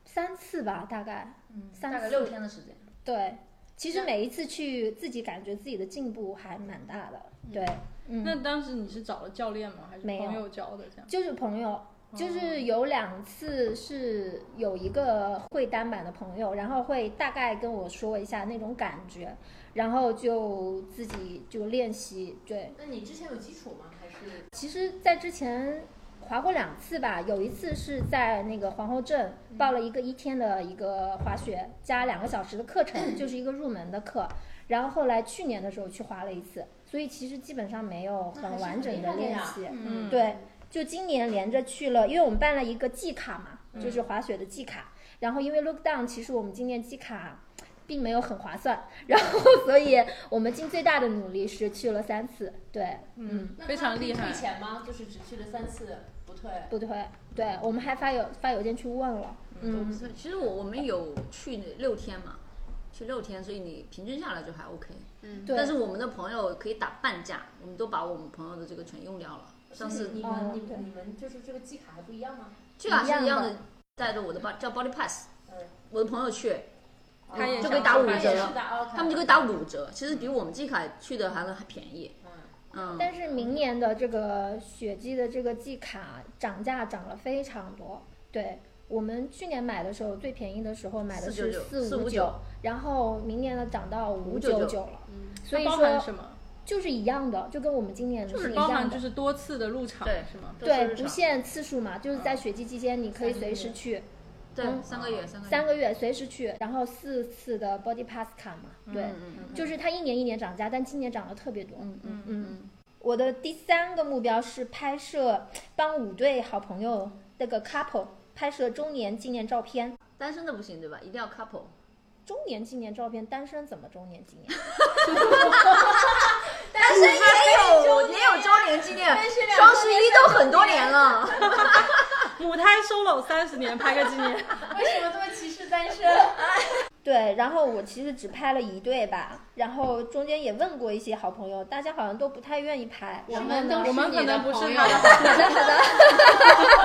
Speaker 6: 三次吧，大概。
Speaker 1: 嗯
Speaker 6: 三
Speaker 1: 大概
Speaker 6: 四
Speaker 1: 六天的时间，
Speaker 6: 对，其实每一次去，自己感觉自己的进步还蛮大的。对，
Speaker 5: 那
Speaker 6: 嗯，
Speaker 5: 当时你是找了教练吗？还是
Speaker 6: 没有
Speaker 5: 朋友教的？这样
Speaker 6: 就是朋友。就是有两次是有一个会单板的朋友，然后会大概跟我说一下那种感觉，然后就自己就练习。对，
Speaker 7: 那你之前有基础吗？还是
Speaker 6: 其实，在之前滑过两次吧，有一次是在那个皇后镇报了一个一天的一个滑雪加两个小时的课程，就是一个入门的课。然后后来去年的时候去滑了一次，所以其实基本上没有很完整的练习。
Speaker 5: 嗯
Speaker 6: 对，就今年连着去了，因为我们办了一个季卡嘛，就是滑雪的季卡。然后因为 lockdown，其实我们今年季卡并没有很划算， 然后所以我们尽最大的努力是去了三次。对，嗯
Speaker 5: 嗯，非常厉害
Speaker 7: 退。钱吗？就是只去了三次，不退。
Speaker 6: 不退，对我们还发邮发邮件去问了，嗯，
Speaker 1: 其实我我们有去六天嘛，去六天，所以你平均下来就还 OK。
Speaker 4: 嗯，
Speaker 6: 对
Speaker 1: 但是我们的朋友可以打半价，我们都把我们朋友的这个全用掉了。上次
Speaker 7: 你
Speaker 6: 哦
Speaker 7: 们你
Speaker 6: 对
Speaker 7: 们你们就是这个季卡还不一样吗？
Speaker 1: 去啊
Speaker 6: 一
Speaker 1: 是
Speaker 6: 样
Speaker 1: 一样
Speaker 6: 的
Speaker 1: 的，带着我的 b 叫 Body Pass，
Speaker 7: 嗯
Speaker 1: 我的朋友去，
Speaker 5: 他也
Speaker 7: 哦
Speaker 1: 就
Speaker 5: 想
Speaker 1: 可以打
Speaker 5: 去
Speaker 1: 五
Speaker 5: 办
Speaker 1: 折
Speaker 7: 是的，哦
Speaker 1: 他们就可以打五折，其实比我们季卡去的还能还便宜。
Speaker 7: 嗯，
Speaker 1: 嗯，
Speaker 6: 但是明年的这个雪季的这个季卡涨价涨了非常多，对我们去年买的时候最便宜的时候买的是
Speaker 1: 499
Speaker 6: 五九，然后明年的涨到五九
Speaker 1: 599
Speaker 6: 九了，
Speaker 4: 嗯
Speaker 6: 所以
Speaker 5: 它包含
Speaker 6: 说
Speaker 5: 什么？
Speaker 6: 就是一样的，就跟我们今年的
Speaker 5: 就是
Speaker 6: 一
Speaker 5: 包含
Speaker 6: 样
Speaker 5: 就
Speaker 6: 的。
Speaker 5: 是多次的入场
Speaker 1: 对
Speaker 5: 是吗？
Speaker 6: 对，不限次数嘛，就是在雪季期间，你可以
Speaker 7: 三个
Speaker 6: 随
Speaker 7: 月
Speaker 6: 时去
Speaker 1: 对，三个月，三个月，
Speaker 6: 三个月，随时去，然后四次的 Body Pass 卡嘛，对，
Speaker 1: 嗯嗯嗯，
Speaker 6: 就是它一年一年涨价，但今年涨得特别多。
Speaker 1: 嗯嗯
Speaker 6: 嗯，我的第三个目标是拍摄帮五对好朋友那个 couple 拍摄周年纪念照片。
Speaker 1: 单身的不行对吧？一定要 couple。
Speaker 6: 周年纪念照片，单身怎么周年纪念？
Speaker 1: 单身也有也有周年 纪念，双十一都很多年了。
Speaker 5: 母胎 solo 三十年拍个纪念，
Speaker 7: 为什么这么歧视单身？
Speaker 6: 对，然后我其实只拍了一对吧，然后中间也问过一些好朋友，大家好像都不太愿意拍。
Speaker 4: 我们都
Speaker 5: 我们
Speaker 4: 是
Speaker 5: 可
Speaker 4: 你的
Speaker 5: 能不
Speaker 4: 朋
Speaker 5: 是
Speaker 4: 友
Speaker 5: 他，的，
Speaker 6: 好的好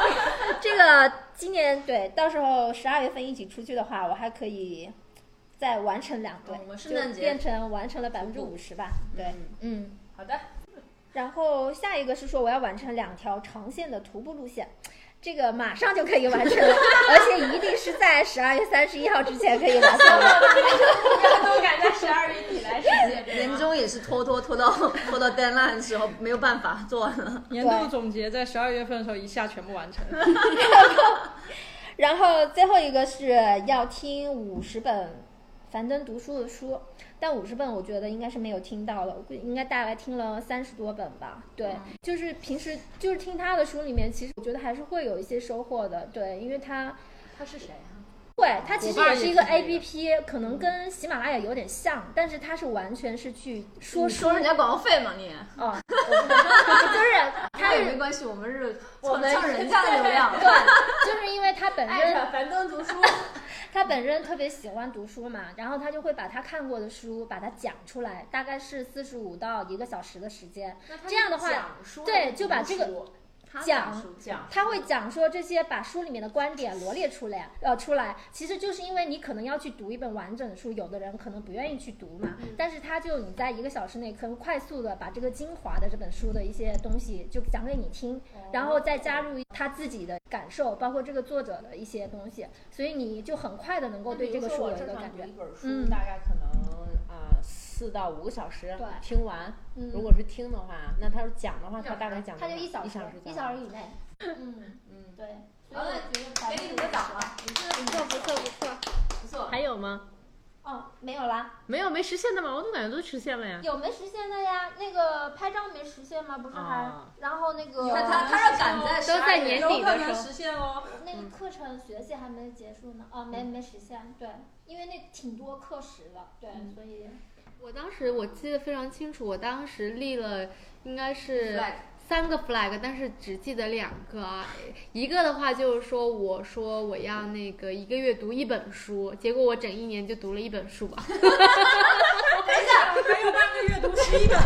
Speaker 6: 的，这个今年对，到时候十二月份一起出去的话，我还可以再完成两对，
Speaker 1: 嗯我们
Speaker 6: 就
Speaker 1: 圣诞节
Speaker 6: 变成完成了百分之五十吧。对，嗯。
Speaker 7: 好的，
Speaker 6: 然后下一个是说我要完成两条长线的徒步路线，这个马上就可以完成了， 而且一定是在十二月三十一号之前可以完成的。
Speaker 7: 都赶在十二月底来实现。对
Speaker 1: 年
Speaker 7: 吗
Speaker 1: 终也是拖拖拖到拖到 deadline 的时候，没有办法做完了。
Speaker 5: 年度总结在十二月份的时候一下全部 完成。
Speaker 6: 然后最后一个是要听五十本樊登读书的书，但五十本我觉得应该是没有听到的，我应该大概听了三十多本吧。对，就是平时就是听他的书里面，其实我觉得还是会有一些收获的。对，因为他
Speaker 7: 他是谁啊？
Speaker 6: 会，它其实
Speaker 5: 我爸
Speaker 6: 也
Speaker 5: 也
Speaker 6: 是一个
Speaker 5: 是这个
Speaker 6: A P P，可能跟喜马拉雅有点像，但是它是完全是去说
Speaker 1: 你
Speaker 6: 书
Speaker 1: 收人家广告费嘛你？
Speaker 6: 啊，我不能说就是它
Speaker 1: 那也没
Speaker 6: 是
Speaker 1: 关系，我们是
Speaker 7: 我
Speaker 1: 蹭
Speaker 7: 们
Speaker 1: 蹭人家的流量。
Speaker 6: 对，就是因为他本
Speaker 7: 爱
Speaker 6: 身
Speaker 7: 上樊登读书，
Speaker 6: 他本身特别喜欢读书嘛，然后他就会把他看过的书把它讲出来，大概是四十五到一个小时的时间，这样的话
Speaker 7: 讲书
Speaker 6: 对就把这个
Speaker 7: 读书
Speaker 6: 讲
Speaker 7: 讲
Speaker 6: 他会讲说这些，把书里面的观点罗列出来，呃，出来，其实就是因为你可能要去读一本完整的书，有的人可能不愿意去读嘛，但是他就你在一个小时内可以快速的把这个精华的这本书的一些东西就讲给你听，然后再加入他自己的感受，包括这个作者的一些东西，所以你就很快的能
Speaker 2: 哦
Speaker 6: 够对这个书有一个感觉
Speaker 2: 一，本
Speaker 6: 嗯
Speaker 2: 书大概可能啊四到五个小时
Speaker 6: 对
Speaker 2: 听完。
Speaker 6: 嗯，
Speaker 2: 如果是听的话，那他是讲的话，他大概讲
Speaker 6: 他就一小
Speaker 2: 一
Speaker 6: 时
Speaker 2: 小时，
Speaker 6: 一
Speaker 2: 讲
Speaker 6: 小
Speaker 2: 完
Speaker 6: 时以内，嗯嗯，对，
Speaker 7: 好了，给你鼓个掌啊！你这
Speaker 6: 不错不错不错。
Speaker 7: 不错，
Speaker 2: 还有吗？
Speaker 6: 哦，没有啦，
Speaker 2: 没有没实现的吗？我怎么感觉都实现了呀？
Speaker 6: 有没实现的呀？那个拍照没实现吗？不是还，
Speaker 2: 哦
Speaker 6: 然后那个
Speaker 7: 他他他要赶在
Speaker 1: 都在年底
Speaker 7: 有可
Speaker 1: 的时
Speaker 7: 能
Speaker 1: 候
Speaker 7: 实现哦。
Speaker 6: 那个课程学期还没结束呢，啊、没
Speaker 2: 嗯
Speaker 6: 没实现，对，因为那挺多课时的，对，
Speaker 2: 嗯
Speaker 6: 所以
Speaker 4: 我当时我记得非常清楚，我当时立了应该是
Speaker 7: Flag
Speaker 4: 三个 flag，但是只记得两个啊。一个的话就是说，我说我要那个一个月读一本书，结果我整一年就读了一本书啊吧。
Speaker 5: 还有半个月读十一本，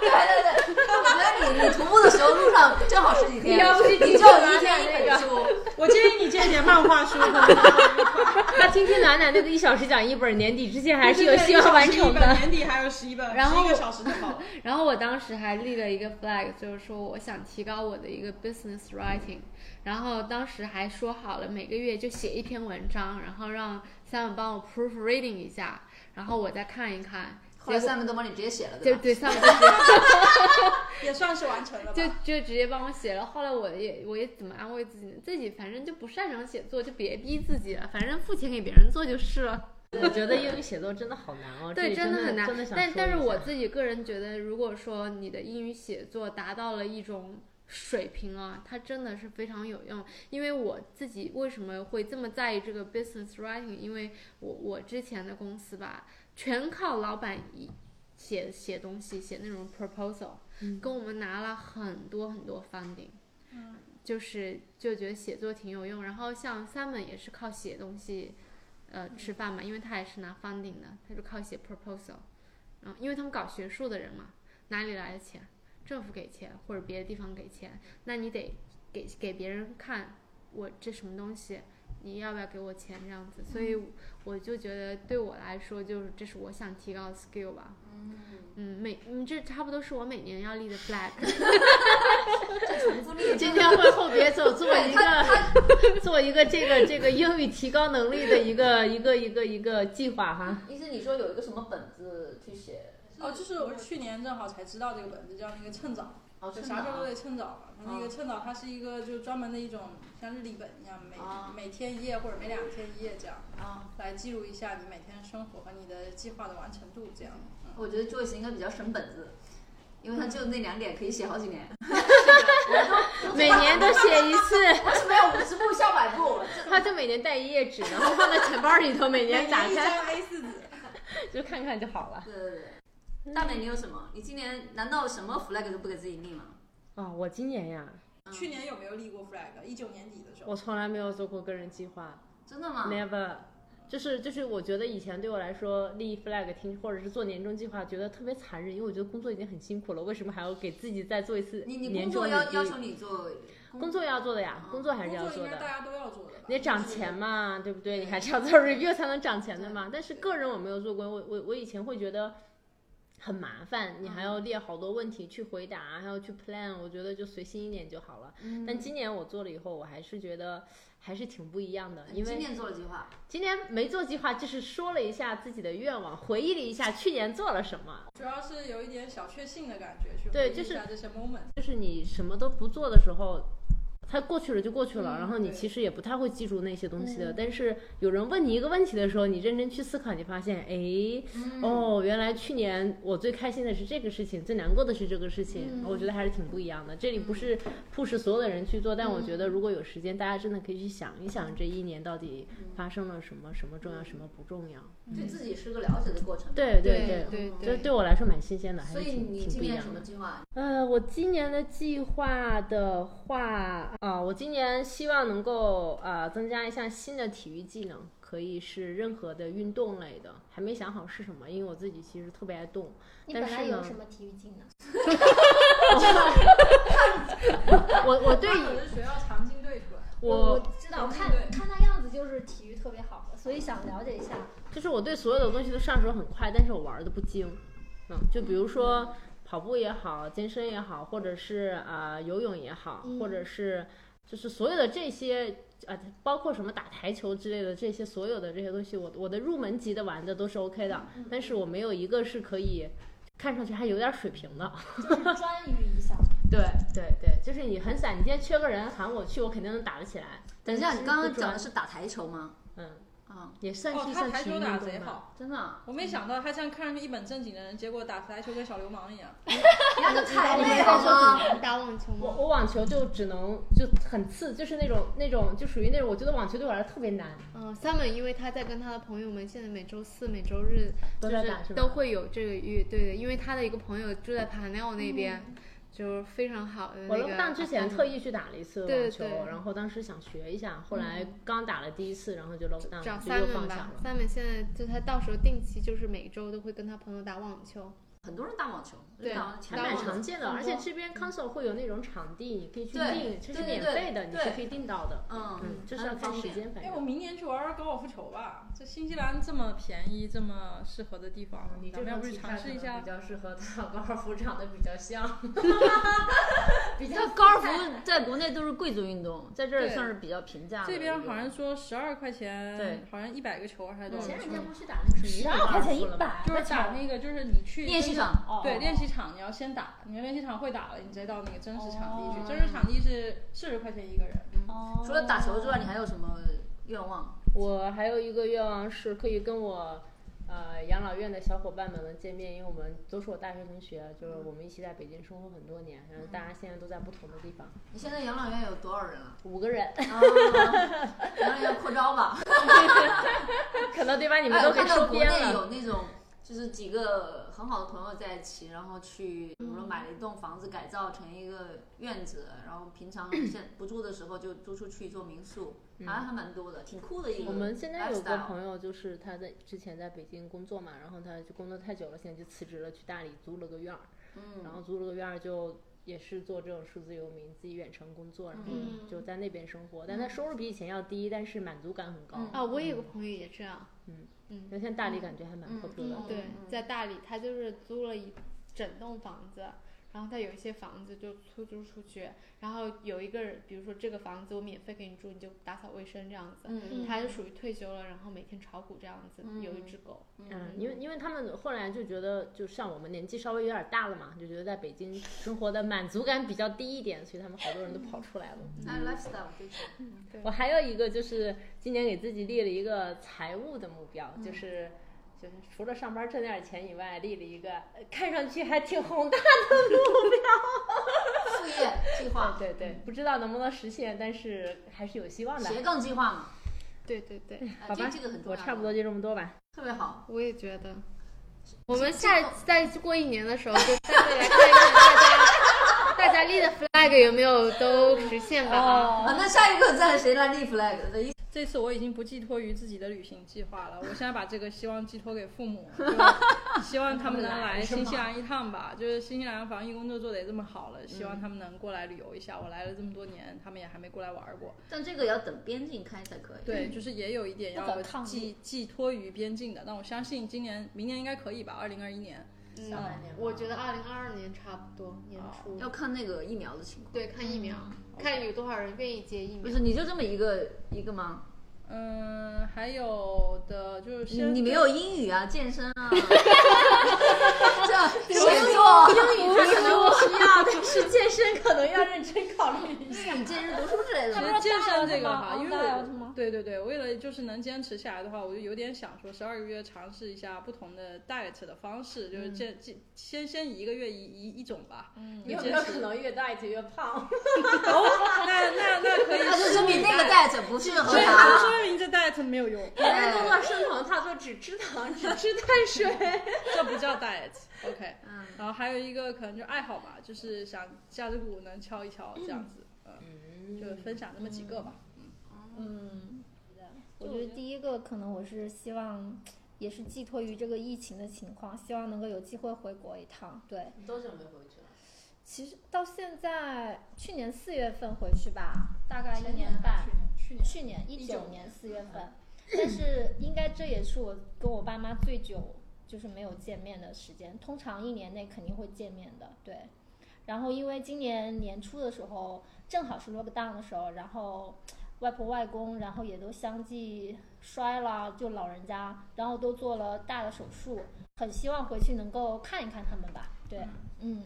Speaker 7: 对对对，我觉得你你徒步的时候路上正好是几天，
Speaker 4: 要不是
Speaker 7: 你
Speaker 4: 你
Speaker 7: 就
Speaker 4: 手拿
Speaker 7: 一天一
Speaker 4: 那
Speaker 7: 本
Speaker 4: 个
Speaker 7: 书，
Speaker 5: 我建议你借点漫画书，可能会快
Speaker 2: 他听听暖暖那个一小时讲一本，年底之前还是 有希望完成
Speaker 5: 11本
Speaker 2: 的。
Speaker 5: 年底还有十一本，
Speaker 4: 然后
Speaker 5: 十一个小时就 好了。
Speaker 4: 然后我当时还立了一个 flag，就是说我想提高我的一个 business writing，然后当时还说好了每个月就写一篇文章，然后让 Sam 帮我 proofreading 一下，然后我再看一看。
Speaker 7: 后来三个都帮你直接写了，
Speaker 4: 就
Speaker 7: 对吧？
Speaker 4: 对 Sam 就直接
Speaker 5: 也算是完成了吧。
Speaker 4: 就就直接帮我写了。后来我也我也怎么安慰自己呢？自己反正就不擅长写作，就别逼自己了，反正付钱给别人做就是了。
Speaker 2: 我觉得英语写作真的好难哦，
Speaker 4: 对，
Speaker 2: 真
Speaker 4: 真很难
Speaker 2: 真的。想
Speaker 4: 但
Speaker 2: 说
Speaker 4: 但
Speaker 2: 一
Speaker 4: 是
Speaker 2: 下
Speaker 4: 我自己个人觉得，如果说你的英语写作达到了一种水平啊，它真的是非常有用。因为我自己为什么会这么在意这个 business writing？因为我我之前的公司吧，全靠老板一写写东西，写那种 proposal，、跟
Speaker 2: 嗯
Speaker 4: 我们拿了很多很多 funding。就是就觉得写作挺有用，然后像 Simon 也是靠写东西，呃，吃饭嘛，因为他也是拿 funding 的，他就靠写 proposal，嗯，因为他们搞学术的人嘛，哪里来的钱？政府给钱或者别的地方给钱，那你得给给别人看我这什么东西，你要不要给我钱这样子？所以我就觉得对我来说，就是这是我想提高的 skill 吧。嗯，每嗯这差不多是我每年要立的 flag。
Speaker 2: 今天会后别走，做一个 做一个这个这个英语提高能力的一个一个一个一个计划哈。
Speaker 7: 意思你说有一个什么本子去写，
Speaker 5: 哦，就是我去年正好才知道这个本子叫那个趁早，
Speaker 7: 哦，
Speaker 5: 就是啥事儿都
Speaker 7: 哪？
Speaker 5: 得趁早嘛。那
Speaker 2: 嗯
Speaker 5: 个趁早它是一个就专门的一种像日历本一样，每
Speaker 7: 啊
Speaker 5: 每天一页或者每两天一页这样，
Speaker 7: 啊，
Speaker 5: 来记录一下你每天的生活和你的计划的完成度这样。嗯
Speaker 7: 我觉得 Joyce 应该比较省本子，因为他就那两点可以写好几年。
Speaker 2: 每年都写一次，
Speaker 7: 我是没有五十步笑百步，
Speaker 2: 他就每年带一页纸，然后放在钱包里头，每 年打
Speaker 5: 一
Speaker 2: 开
Speaker 5: 张 A 四纸，
Speaker 2: 就看看就好了。
Speaker 7: 对对对。大美，你有什么？你今年难道什么 flag 都不给自己立吗？
Speaker 2: 啊、我今年呀，
Speaker 7: 嗯
Speaker 5: 去年有没有立过 flag？一九年底的时候，
Speaker 2: 我从来没有做过个人计划
Speaker 7: 真的吗？
Speaker 2: ，never。就是就是，我觉得以前对我来说立 flag 听或者是做年终计划，觉得特别残忍，因为我觉得工作已经很辛苦了，为什么还要给自己再做一次
Speaker 7: 你你
Speaker 2: 年
Speaker 7: 工
Speaker 2: 终
Speaker 7: 作
Speaker 2: 礼
Speaker 7: 要
Speaker 2: 仪
Speaker 7: 要求你做
Speaker 2: 工作要做的呀，
Speaker 7: 嗯
Speaker 2: 工作还是
Speaker 5: 工
Speaker 2: 要
Speaker 5: 作
Speaker 2: 做
Speaker 5: 应该
Speaker 2: 的
Speaker 5: 大。家都要做的吧？
Speaker 2: 你得涨钱嘛，对不对？你还是要做 review 才能涨钱的嘛。但是个人我没有做过，我我我以前会觉得很麻烦，你还
Speaker 7: 嗯
Speaker 2: 要列好多问题去回答，还要去 plan，我觉得就随心一点就好了。
Speaker 7: 嗯
Speaker 2: 但今年我做了以后，我还是觉得还是挺不一样的，
Speaker 7: 你
Speaker 2: 因
Speaker 7: 今
Speaker 2: 为
Speaker 7: 年做了计划，
Speaker 2: 今年没做计划，就是说了一下自己的愿望，回忆了一下去年做了什么。
Speaker 5: 主要是有一点小确幸的感觉，去
Speaker 2: 对
Speaker 5: 回忆
Speaker 2: 就是
Speaker 5: 一下这些 moment。
Speaker 2: 就是你什么都不做的时候，它过去了就过去
Speaker 7: 嗯
Speaker 2: 了，然后你
Speaker 5: 对
Speaker 2: 其实也不太会记住那些东西的。但是有人问你一个问题的时候，你认真去思考，你发现，哎，
Speaker 7: 嗯
Speaker 2: 哦，原来去年我最开心的是这个事情，最难过的是这个事情，
Speaker 7: 嗯
Speaker 2: 我觉得还是挺不一样的。这里不是 push 所有的人去做，但我觉
Speaker 7: 嗯
Speaker 2: 得如果有时间，大家真的可以去想一想这一年到底
Speaker 7: 嗯
Speaker 2: 发生了什么，什么重要，什么不重要。
Speaker 7: 对
Speaker 1: 嗯
Speaker 7: 自己是个了解的过程。
Speaker 2: 对
Speaker 4: 对
Speaker 2: 对，
Speaker 4: 对
Speaker 2: 这对我来说蛮新鲜的，还
Speaker 7: 所
Speaker 2: 是
Speaker 7: 以
Speaker 2: 挺
Speaker 7: 你
Speaker 2: 挺
Speaker 7: 今
Speaker 2: 不一
Speaker 7: 年
Speaker 2: 样
Speaker 7: 什么。
Speaker 2: 的
Speaker 7: 计划？
Speaker 2: 呃，我今年的计划的话啊，我今年希望能够啊、增加一项新的体育技能，可以是任何的运动类的，还没想好是什么，因为我自己其实特别爱动。
Speaker 6: 你
Speaker 2: 但
Speaker 6: 本来
Speaker 2: 是
Speaker 6: 有
Speaker 2: 呢
Speaker 6: 什么体育技能？
Speaker 2: 我我对
Speaker 5: 我是学校长青队出来的，
Speaker 2: 我
Speaker 6: 知道，我看
Speaker 5: 对
Speaker 6: 看他样子就是体育特别好的，所以想了解一下。
Speaker 2: 就是我对所有的东西都上手很快，但是我玩的不精。嗯，就比如说跑步也好，健身也好，或者是啊、游泳也好，
Speaker 6: 嗯
Speaker 2: 或者是就是所有的这些啊、包括什么打台球之类的这些所有的这些东西，我我的入门级的玩的都是 OK 的，但是我没有一个是可以看上去还有点水平的。
Speaker 6: 嗯就是专于一项，
Speaker 2: 对对对，就是你很散，你今天缺个人喊我去，我肯定能打得起来。
Speaker 1: 等一下，
Speaker 2: 但
Speaker 1: 你刚
Speaker 2: 是
Speaker 1: 刚
Speaker 2: 不
Speaker 1: 讲的
Speaker 2: 专
Speaker 1: 是打台球吗？
Speaker 2: 嗯，
Speaker 1: 啊，
Speaker 2: 也算
Speaker 5: 哦
Speaker 2: 是，
Speaker 5: 他
Speaker 2: 算
Speaker 5: 台
Speaker 2: 体育
Speaker 5: 球
Speaker 2: 运
Speaker 5: 打
Speaker 2: 动
Speaker 5: 得贼
Speaker 2: 吧。
Speaker 5: 好，
Speaker 1: 真的啊，
Speaker 5: 我没想到他像看上去一本正经的人，结果打台球跟小流氓一样。
Speaker 3: 那就太
Speaker 4: 你
Speaker 3: 累
Speaker 4: 在
Speaker 3: 了
Speaker 4: 说
Speaker 3: 吗？
Speaker 4: 你们打网球
Speaker 2: 我
Speaker 4: 吗？
Speaker 2: 我网球就只能就很次，就是那种那种就属于那种，我觉得网球对我来说特别难。
Speaker 4: 嗯，Summer 因为他在跟他的朋友们，现在每周四、每周日
Speaker 2: 都
Speaker 4: 就
Speaker 2: 在打是
Speaker 4: 是
Speaker 2: 吧
Speaker 4: 都会有这个乐队的，因为他的一个朋友住在帕内奥那边，就是非常好的那
Speaker 2: 嗯我
Speaker 4: 个。
Speaker 2: 龙荡之前特意去打了一次
Speaker 4: 对
Speaker 2: 网球
Speaker 4: 对，
Speaker 2: 然后当时想学一下，后来刚打了第一次，然后就 lock down，
Speaker 4: 找
Speaker 2: 就又
Speaker 4: Simon
Speaker 2: 放下
Speaker 4: 吧
Speaker 2: 了。
Speaker 4: ，Simon 现在就他到时候定期就是每周都会跟他朋友打网球，
Speaker 1: 很多人打网球，
Speaker 4: 对
Speaker 1: 打网球
Speaker 2: 还
Speaker 4: 打
Speaker 2: 蛮
Speaker 4: 网
Speaker 7: 嗯
Speaker 4: 球
Speaker 2: 常见的，
Speaker 1: 很
Speaker 2: 而且
Speaker 1: 多
Speaker 2: 这边 console 会有那种场地，你可以去
Speaker 1: 对
Speaker 2: 订，这是
Speaker 1: 对
Speaker 2: 免
Speaker 1: 对
Speaker 2: 费的，你是
Speaker 1: 对
Speaker 2: 可以订到的。
Speaker 1: 嗯，
Speaker 2: 嗯，就是
Speaker 1: 还
Speaker 2: 要
Speaker 1: 很
Speaker 2: 看
Speaker 1: 方
Speaker 2: 时
Speaker 1: 便
Speaker 2: 间，反
Speaker 5: 哎，我
Speaker 2: 正。
Speaker 5: 明年去玩玩高尔夫球吧，这新西兰这么便宜、这么适合的地方，
Speaker 2: 嗯
Speaker 7: 你
Speaker 5: 咱
Speaker 7: 这
Speaker 5: 们要
Speaker 7: 种
Speaker 5: 不去
Speaker 7: 体
Speaker 5: 尝
Speaker 7: 态可
Speaker 5: 试一
Speaker 7: 能
Speaker 5: 下
Speaker 7: 比？较适合打高尔夫，长得比较像，比较
Speaker 1: 那高尔夫在国内都是贵族运动，在这儿
Speaker 4: 对
Speaker 1: 算是比较平价的一
Speaker 5: 这
Speaker 1: 个。
Speaker 5: 边好像说十二块钱，
Speaker 1: 对，
Speaker 5: 好像一百个球还
Speaker 6: 嗯
Speaker 5: 是多少
Speaker 1: 前
Speaker 5: 个
Speaker 1: 两
Speaker 5: 球？
Speaker 1: 天不是打那个水
Speaker 6: 十
Speaker 1: 泥
Speaker 6: 二
Speaker 1: 高尔
Speaker 6: 块钱
Speaker 1: 夫
Speaker 6: 一
Speaker 1: 了吗
Speaker 6: 把，
Speaker 5: 就是
Speaker 6: 那球
Speaker 5: 打那个，就是你去
Speaker 1: 练习场，
Speaker 5: 真的对，
Speaker 6: 哦
Speaker 5: 练习场你要先打，你们练习场会打了，你再到那个真实场地去。真实场地是四十块钱一个人，
Speaker 6: 哦
Speaker 1: 除了打球之外，你还有什么愿望？
Speaker 2: 我还有一个愿望是可以跟我。呃，养老院的小伙伴们能见面，因为我们都是我大学同学，就是我们一起在北京生活很多年，然后大家现在都在不同的地方，
Speaker 1: 你现在养老院有多少人 啊？
Speaker 2: 五个人，
Speaker 1: 养老院扩招吧。哎
Speaker 2: 可能对吧？你
Speaker 1: 你
Speaker 2: 们都可以收
Speaker 1: 国
Speaker 2: 编
Speaker 1: 内
Speaker 2: 了。
Speaker 1: 有那种，就是几个很好的朋友在一起，然后去，比如说买了一栋房子，改造成一个院子，然后平常现不住的时候就租出去做民宿，好像还蛮多的，挺酷的一个 lifestyle。
Speaker 2: 嗯我们现在有个朋友，就是他在之前在北京工作嘛，然后他就工作太久了，现在就辞职了，去大理租了个院儿，
Speaker 1: 嗯，
Speaker 2: 然后租了个院儿就也是做这种数字游民，自己远程工作，然后
Speaker 4: 嗯
Speaker 2: 就在那边生活，但他收入比以前要低，但是满足感很高。
Speaker 1: 嗯
Speaker 4: 啊，我有个朋友也这样，
Speaker 2: 嗯
Speaker 4: 嗯
Speaker 2: 那现在大理感觉还蛮靠谱的
Speaker 1: 嗯，
Speaker 4: 对
Speaker 1: 嗯，
Speaker 4: 在大理他就是租了一整栋房子，然后他有一些房子就出租出去，然后有一个人，比如说这个房子我免费给你住，你就打扫卫生这样子，
Speaker 1: 嗯
Speaker 4: 他就属于退休了，然后每天炒股这样子，
Speaker 1: 嗯
Speaker 4: 有一只狗，
Speaker 2: 嗯，因为因为他们后来就觉得，就像我们年纪稍微有点大了嘛，就觉得在北京生活的满足感比较低一点，所以他们好多人都跑出来了。
Speaker 1: 哎，lifestyle 对，
Speaker 2: 我还有一个就是今年给自己立了一个财务的目标，就是就是除了上班挣点钱以外，立了一个呃看上去还挺宏大
Speaker 1: 副业计划
Speaker 2: 的，， 对对，不知道能不能实现，但是还是有希望的。
Speaker 1: 斜杠计划嘛，
Speaker 4: 对对对，
Speaker 1: 哎
Speaker 2: 好吧
Speaker 1: 这这个很重
Speaker 2: 我
Speaker 1: 要，
Speaker 2: 差不多就这么多吧。
Speaker 1: 特别好。
Speaker 4: 我也觉得。我们下
Speaker 1: 之后
Speaker 4: 再过一年的时候，就再来看一看大家大家立的 flag 有没有都实现吧。
Speaker 1: 啊，那下一个再谁来立 flag 的？
Speaker 5: 这次我已经不寄托于自己的旅行计划了，我现在把这个希望寄托给父母，就希望他们能来新西兰一趟吧。就是新西兰防疫工作做得也这么好了，希望他们能过来旅游一下。我来了这么多年，他们也还没过来玩过。
Speaker 1: 但这个要等边境开才可以。
Speaker 5: 对，就是也有一点
Speaker 6: 不可
Speaker 5: 要
Speaker 6: 抗
Speaker 5: 寄寄托于边境的，但我相信今年、明年应该可以吧？二零二一年，
Speaker 4: 嗯
Speaker 1: 上半年吧
Speaker 4: 我觉得二零二二年差不多年初，
Speaker 1: 要看那个疫苗的情况。
Speaker 4: 对，看疫苗，看有多少人愿意接疫
Speaker 1: 不
Speaker 4: 苗。
Speaker 1: 是，你就这么一个一个吗？
Speaker 5: 嗯，还有的就是
Speaker 1: 你
Speaker 5: 先
Speaker 1: 你没有英语啊，健身 啊，这写
Speaker 2: 英
Speaker 1: 作、
Speaker 2: 语他可能不需要，但是健身可能要认真考虑一下。
Speaker 1: 你健身读书之类
Speaker 5: 其
Speaker 1: 的
Speaker 5: 实
Speaker 1: 吗。
Speaker 5: 健身这个哈，
Speaker 6: Online
Speaker 5: 因
Speaker 6: out 吗
Speaker 5: 为对对对，为了就是能坚持下来的话，我就有点想说十二个月尝试一下不同的 diet 的方式，就是健健先先一个月一一一种吧。嗯，
Speaker 2: 有没
Speaker 5: 坚
Speaker 2: 有可
Speaker 5: 持？
Speaker 2: 能越大越胖？
Speaker 5: 那那那可以
Speaker 1: 那就
Speaker 5: 试
Speaker 1: 证明
Speaker 5: 一
Speaker 1: 那个
Speaker 5: 下
Speaker 1: diet 不适合
Speaker 5: 对，就
Speaker 1: 他。哎
Speaker 5: 说明这 diet 没有用，
Speaker 1: 啊
Speaker 2: 大家都做生酮，他做只吃糖，只吃碳水。
Speaker 5: 这不叫 diet。OK，
Speaker 1: 嗯，
Speaker 5: 然后还有一个可能就爱好吧，就是想架子鼓能敲一敲这样子，嗯，就分享这么几个吧。
Speaker 6: 嗯，我觉得第一个可能我是希望，也是寄托于这个疫情的情况，希望能够有机会回国一趟。对，
Speaker 2: 你多久没回去了？
Speaker 6: 其实到现在，去年四月份回去吧，大概一年半，
Speaker 5: 去年
Speaker 6: 去年一九嗯年四月份，但是应该这也是我跟我爸妈最久就是没有见面的时间，通常一年内肯定会见面的，对。然后因为今年年初的时候正好是 lockdown 的时候，然后外婆外公然后也都相继摔了，就老人家，然后都做了大的手嗯术，很希望回去能够看一看他们吧，对，嗯。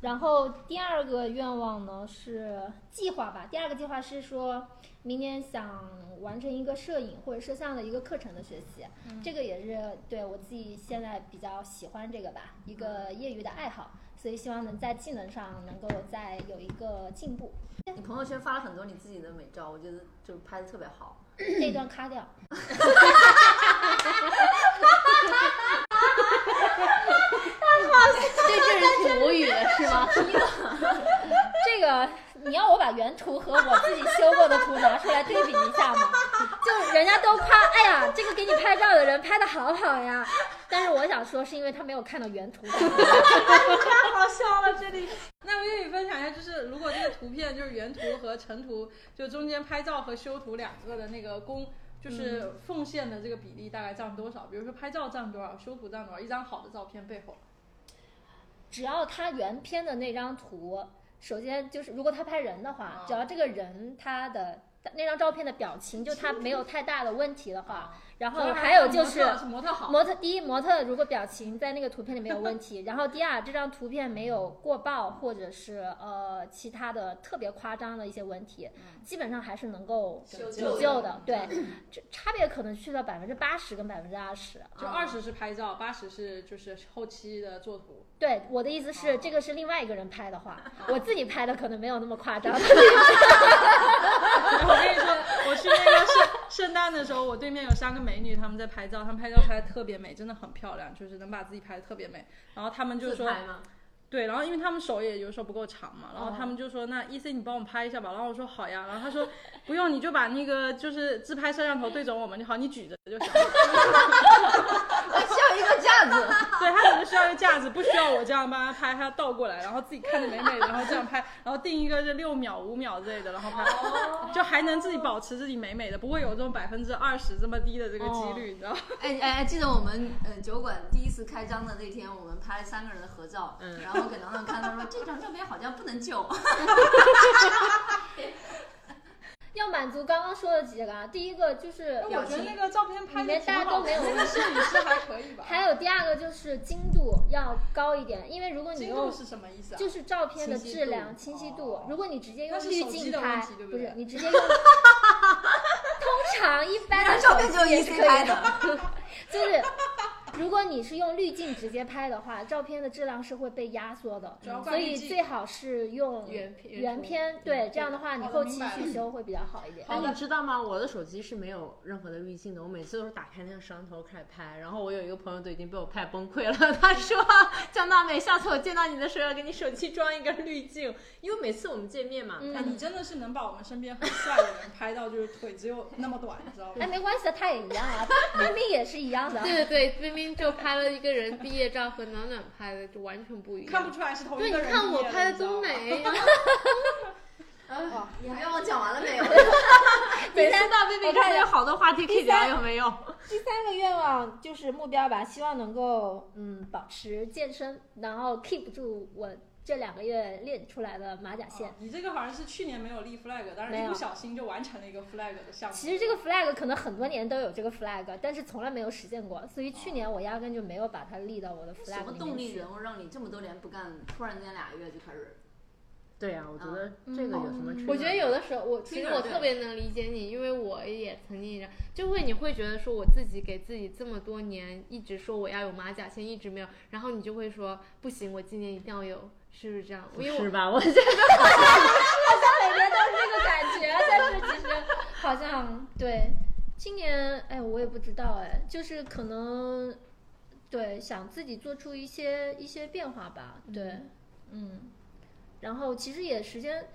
Speaker 6: 然后第二个愿望呢是计划吧，第二个计划是说明年想完成一个摄影或者摄像的一个课程的学习，这个也是对我自己现在比较喜欢这个吧，一个业余的爱好，所以希望能在技能上能够再有一个进步。
Speaker 1: 你朋友圈发了很多你自己的美照，我觉得就拍的特别好。
Speaker 6: 这一段卡掉。
Speaker 2: 对这人挺无语的，是吗？
Speaker 6: 这个你要我把原图和我自己修过的图拿出来对比一下吗？就人家都夸，哎呀，这个给你拍照的人拍的好好呀。但是我想说，是因为他没有看到原图。
Speaker 5: 太 好笑了，这里。那我跟你分享一下，就是如果这个图片就是原图和成图，就中间拍照和修图两个的那个工，就是奉献的这个比例大概占多少？比如说拍照占多少，修图占多少？一张好的照片背后，
Speaker 6: 只要他原片的那张图，首先就是如果他拍人的话
Speaker 7: 啊，
Speaker 6: 只要这个人他的那张照片的表情，就他没有太大的问题的话，然后哦还有就是
Speaker 5: 模特是模特好，
Speaker 6: 模特第一，模特如果表情在那个图片里没有问题，然后第二，这张图片没有过曝或者是呃其他的特别夸张的一些问题，
Speaker 5: 嗯
Speaker 6: 基本上还是能够
Speaker 7: 修
Speaker 6: 补
Speaker 7: 旧
Speaker 6: 救的。对，这差别可能去到百分之八十跟百分之二十。
Speaker 5: 就二十是拍照，八十是就是后期的做图。
Speaker 6: 对，我的意思
Speaker 5: 哦
Speaker 6: 是，这个是另外一个人拍的 话，我自己拍的可能没有那么夸张。
Speaker 5: 我跟你说，我去那个圣圣诞的时候，我对面有三个美女，她们在拍照，她们拍照拍的特别美，真的很漂亮，就是能把自己拍的特别美。然后她们就
Speaker 2: 自
Speaker 5: 说，
Speaker 2: 拍吗？
Speaker 5: 对，然后因为他们手也有时候不够长嘛，然后他们就
Speaker 2: 哦
Speaker 5: 说、那 E C 你帮我拍一下吧，然后我说好呀，然后他说不用，你就把那个就是自拍摄像头对准我们就好，你举着就行。
Speaker 1: 啊需要一个架子，
Speaker 5: 对他只是需要一个架子，不需要我这样帮他拍，他倒过来，然后自己看着美美的，然后这样拍，然后定一个是六秒、五秒之类的，然后拍，就还能自己保持自己美美的，不会有这种百分之二十这么低的这个几率，你知道吗？
Speaker 1: 哎哎，哎记得我们呃酒馆第一次开张的那天，我们拍了三个人的合照，
Speaker 2: 嗯
Speaker 1: 然后给朗朗看，他说这张照片好像不能 救。
Speaker 6: 要满足刚刚说的几个，啊，第一个就是
Speaker 5: 但
Speaker 6: 表
Speaker 5: 我觉得
Speaker 6: 情
Speaker 5: 那，个照片拍
Speaker 6: 里
Speaker 5: 的
Speaker 6: 面
Speaker 5: 挺
Speaker 6: 大家
Speaker 5: 好
Speaker 6: 都
Speaker 5: 的，
Speaker 6: 没有
Speaker 5: 那个摄影师还可以吧？
Speaker 6: 还有第二个就是精度要高一点，因为如果你
Speaker 5: 精
Speaker 6: 用
Speaker 5: 度是什么意思啊？
Speaker 6: 就是照片的质量、
Speaker 5: 清
Speaker 6: 清
Speaker 5: 晰
Speaker 6: 晰
Speaker 5: 度
Speaker 6: 度
Speaker 5: 哦。
Speaker 6: 如果你直接
Speaker 5: 那
Speaker 6: 用
Speaker 5: 是
Speaker 6: 滤
Speaker 5: 手机
Speaker 6: 镜
Speaker 5: 的问
Speaker 6: 拍
Speaker 5: 题对，不
Speaker 6: 不
Speaker 5: 对
Speaker 6: 是你直 接用，通常一般的
Speaker 1: 照片只
Speaker 6: 手
Speaker 1: 有
Speaker 6: 机
Speaker 1: 一
Speaker 6: 也是可
Speaker 1: C
Speaker 6: 以
Speaker 1: 拍的，
Speaker 6: 就是如果你是用滤镜直接拍的话，照片的质量是会被压缩的，
Speaker 5: 主要挂
Speaker 6: 所以
Speaker 5: 滤镜
Speaker 6: 最好是用
Speaker 2: 原片
Speaker 6: 原片，对，这样的话你后期
Speaker 5: 明白了
Speaker 6: 去修会比较好一点。
Speaker 2: 哎，你知道吗？我的手机是没有任何的滤镜的，我每次都是打开那个摄像头开始拍。然后我有一个朋友都已经被我拍崩溃了，他说：“江大美，下次我见到你的时候要给你手机装一个滤镜，因为每次我们见面嘛，
Speaker 5: 哎，
Speaker 6: 嗯，
Speaker 5: 你真的是能把我们身边很帅的人拍到，就是腿只有那么短，你知道吗
Speaker 6: 哎，？没关系的，他也一样 啊，冰冰也是一样的。
Speaker 4: 对对对，冰冰就拍了一个人毕业照和暖暖拍的就完全不一
Speaker 5: 看不
Speaker 4: 样。
Speaker 5: 出来是同
Speaker 4: 对，
Speaker 5: 一
Speaker 4: 你
Speaker 5: 个人。
Speaker 4: 看我拍的多
Speaker 5: 你知道吗。
Speaker 4: 美，然后
Speaker 1: 你愿望讲完了没有？
Speaker 2: 每次到贝贝这儿有好多话题可以聊，有没有？
Speaker 6: 第三个愿望就是目标吧，希望能够嗯保持健身，然后 keep 住我这两个月练出来的马甲线。
Speaker 5: 啊你这个好像是去年没有立 flag，但是
Speaker 6: 没
Speaker 5: 一
Speaker 6: 有
Speaker 5: 不小心就完成了一个 flag 的项目。
Speaker 6: 其实这个 flag 可能很多年都有这个 flag，但是从来没有实现过，所以去年我压根就没有把它立到我的
Speaker 1: 什
Speaker 6: flag
Speaker 1: 么
Speaker 6: 里面
Speaker 1: 动力
Speaker 6: 去。
Speaker 1: 人物让你这么多年不干，突然间俩月就开始？
Speaker 2: 对啊呀、我觉得这个有什么区别？
Speaker 4: 我觉得有的时候我
Speaker 1: 听
Speaker 4: 其实
Speaker 1: 着
Speaker 4: 我
Speaker 1: 对
Speaker 4: 特别能理解你，因为我也曾经这样，就会你会觉得说我自己给自己这么多年一直说我要有马甲线，一直没有，然后你就会说不行，我今年一定要有，是不是这样？因为
Speaker 2: 是
Speaker 4: 我
Speaker 2: 吧？我觉得
Speaker 6: 每年都是这个感觉，但是其实好像对今年，哎，我也不知道，哎，就是可能对想自己做出一些一些变化吧，对，嗯，然后其实也时间。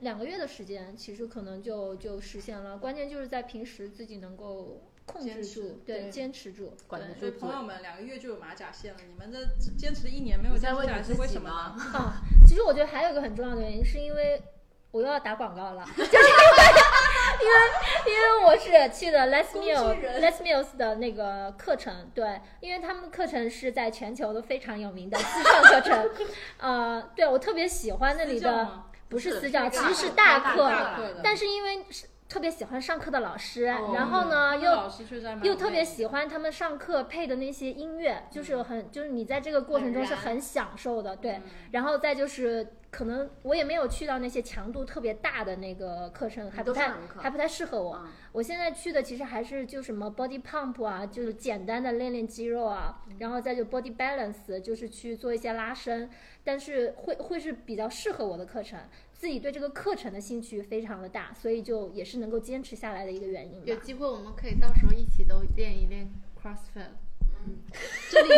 Speaker 6: 两个月的时间，其实可能就就实现了。关键就是在平时自己能够控
Speaker 5: 坚
Speaker 6: 制
Speaker 5: 持
Speaker 6: 住，对，
Speaker 5: 对
Speaker 6: 坚持住，
Speaker 2: 管
Speaker 6: 对
Speaker 2: 得
Speaker 5: 所以
Speaker 2: 住
Speaker 5: 朋友们两个月就有马甲线了，你们这坚持了一年没有
Speaker 1: 你
Speaker 5: 坚
Speaker 1: 在
Speaker 5: 持
Speaker 1: 问
Speaker 5: 下来
Speaker 1: 你
Speaker 5: 是
Speaker 1: 自
Speaker 5: 为
Speaker 1: 己
Speaker 5: 什么呢？
Speaker 1: 吗？
Speaker 6: 啊，其实我觉得还有一个很重要的原因，是因为 我又要打广告了， 就是因为因为因为我是去的 Les Mills Les Mills 的那个课程，对，因为他们课程是在全球都非常有名的私教课程，呃，对我特别喜欢那里
Speaker 5: 私教
Speaker 6: 的
Speaker 5: 吗
Speaker 6: 不是
Speaker 1: 是
Speaker 6: 私教，
Speaker 1: 是
Speaker 6: 其实是
Speaker 1: 大
Speaker 6: 大
Speaker 1: 课
Speaker 6: 课，
Speaker 5: 大课的，
Speaker 6: 但是因为是特别喜欢上课的老师，
Speaker 5: 哦
Speaker 6: 然后呢
Speaker 5: 那
Speaker 6: 又
Speaker 5: 老师确实还
Speaker 8: 嗯
Speaker 5: 蛮
Speaker 6: 又
Speaker 5: 有
Speaker 6: 特
Speaker 5: 魅
Speaker 6: 别
Speaker 5: 力
Speaker 6: 喜欢他们上课配的那些音乐，就是
Speaker 8: 嗯
Speaker 6: 有很就是你在这个过程中是很享受的，对。然后再就是可能我也没有去到那些强度特别大的那个课程，还不
Speaker 8: 都上
Speaker 6: 太
Speaker 8: 什么课
Speaker 6: 还不太适合我。
Speaker 8: 嗯
Speaker 6: 我现在去的其实还是就什么 body pump 啊，就是简单的练练肌肉啊，
Speaker 8: 嗯
Speaker 6: 然后再就 body balance，就是去做一些拉伸，但是会会是比较适合我的课程。自己对这个课程的兴趣非常的大，所以就也是能够坚持下来的一个原因吧。
Speaker 4: 有机会我们可以到时候一起都练一练 CrossFit。
Speaker 2: 这里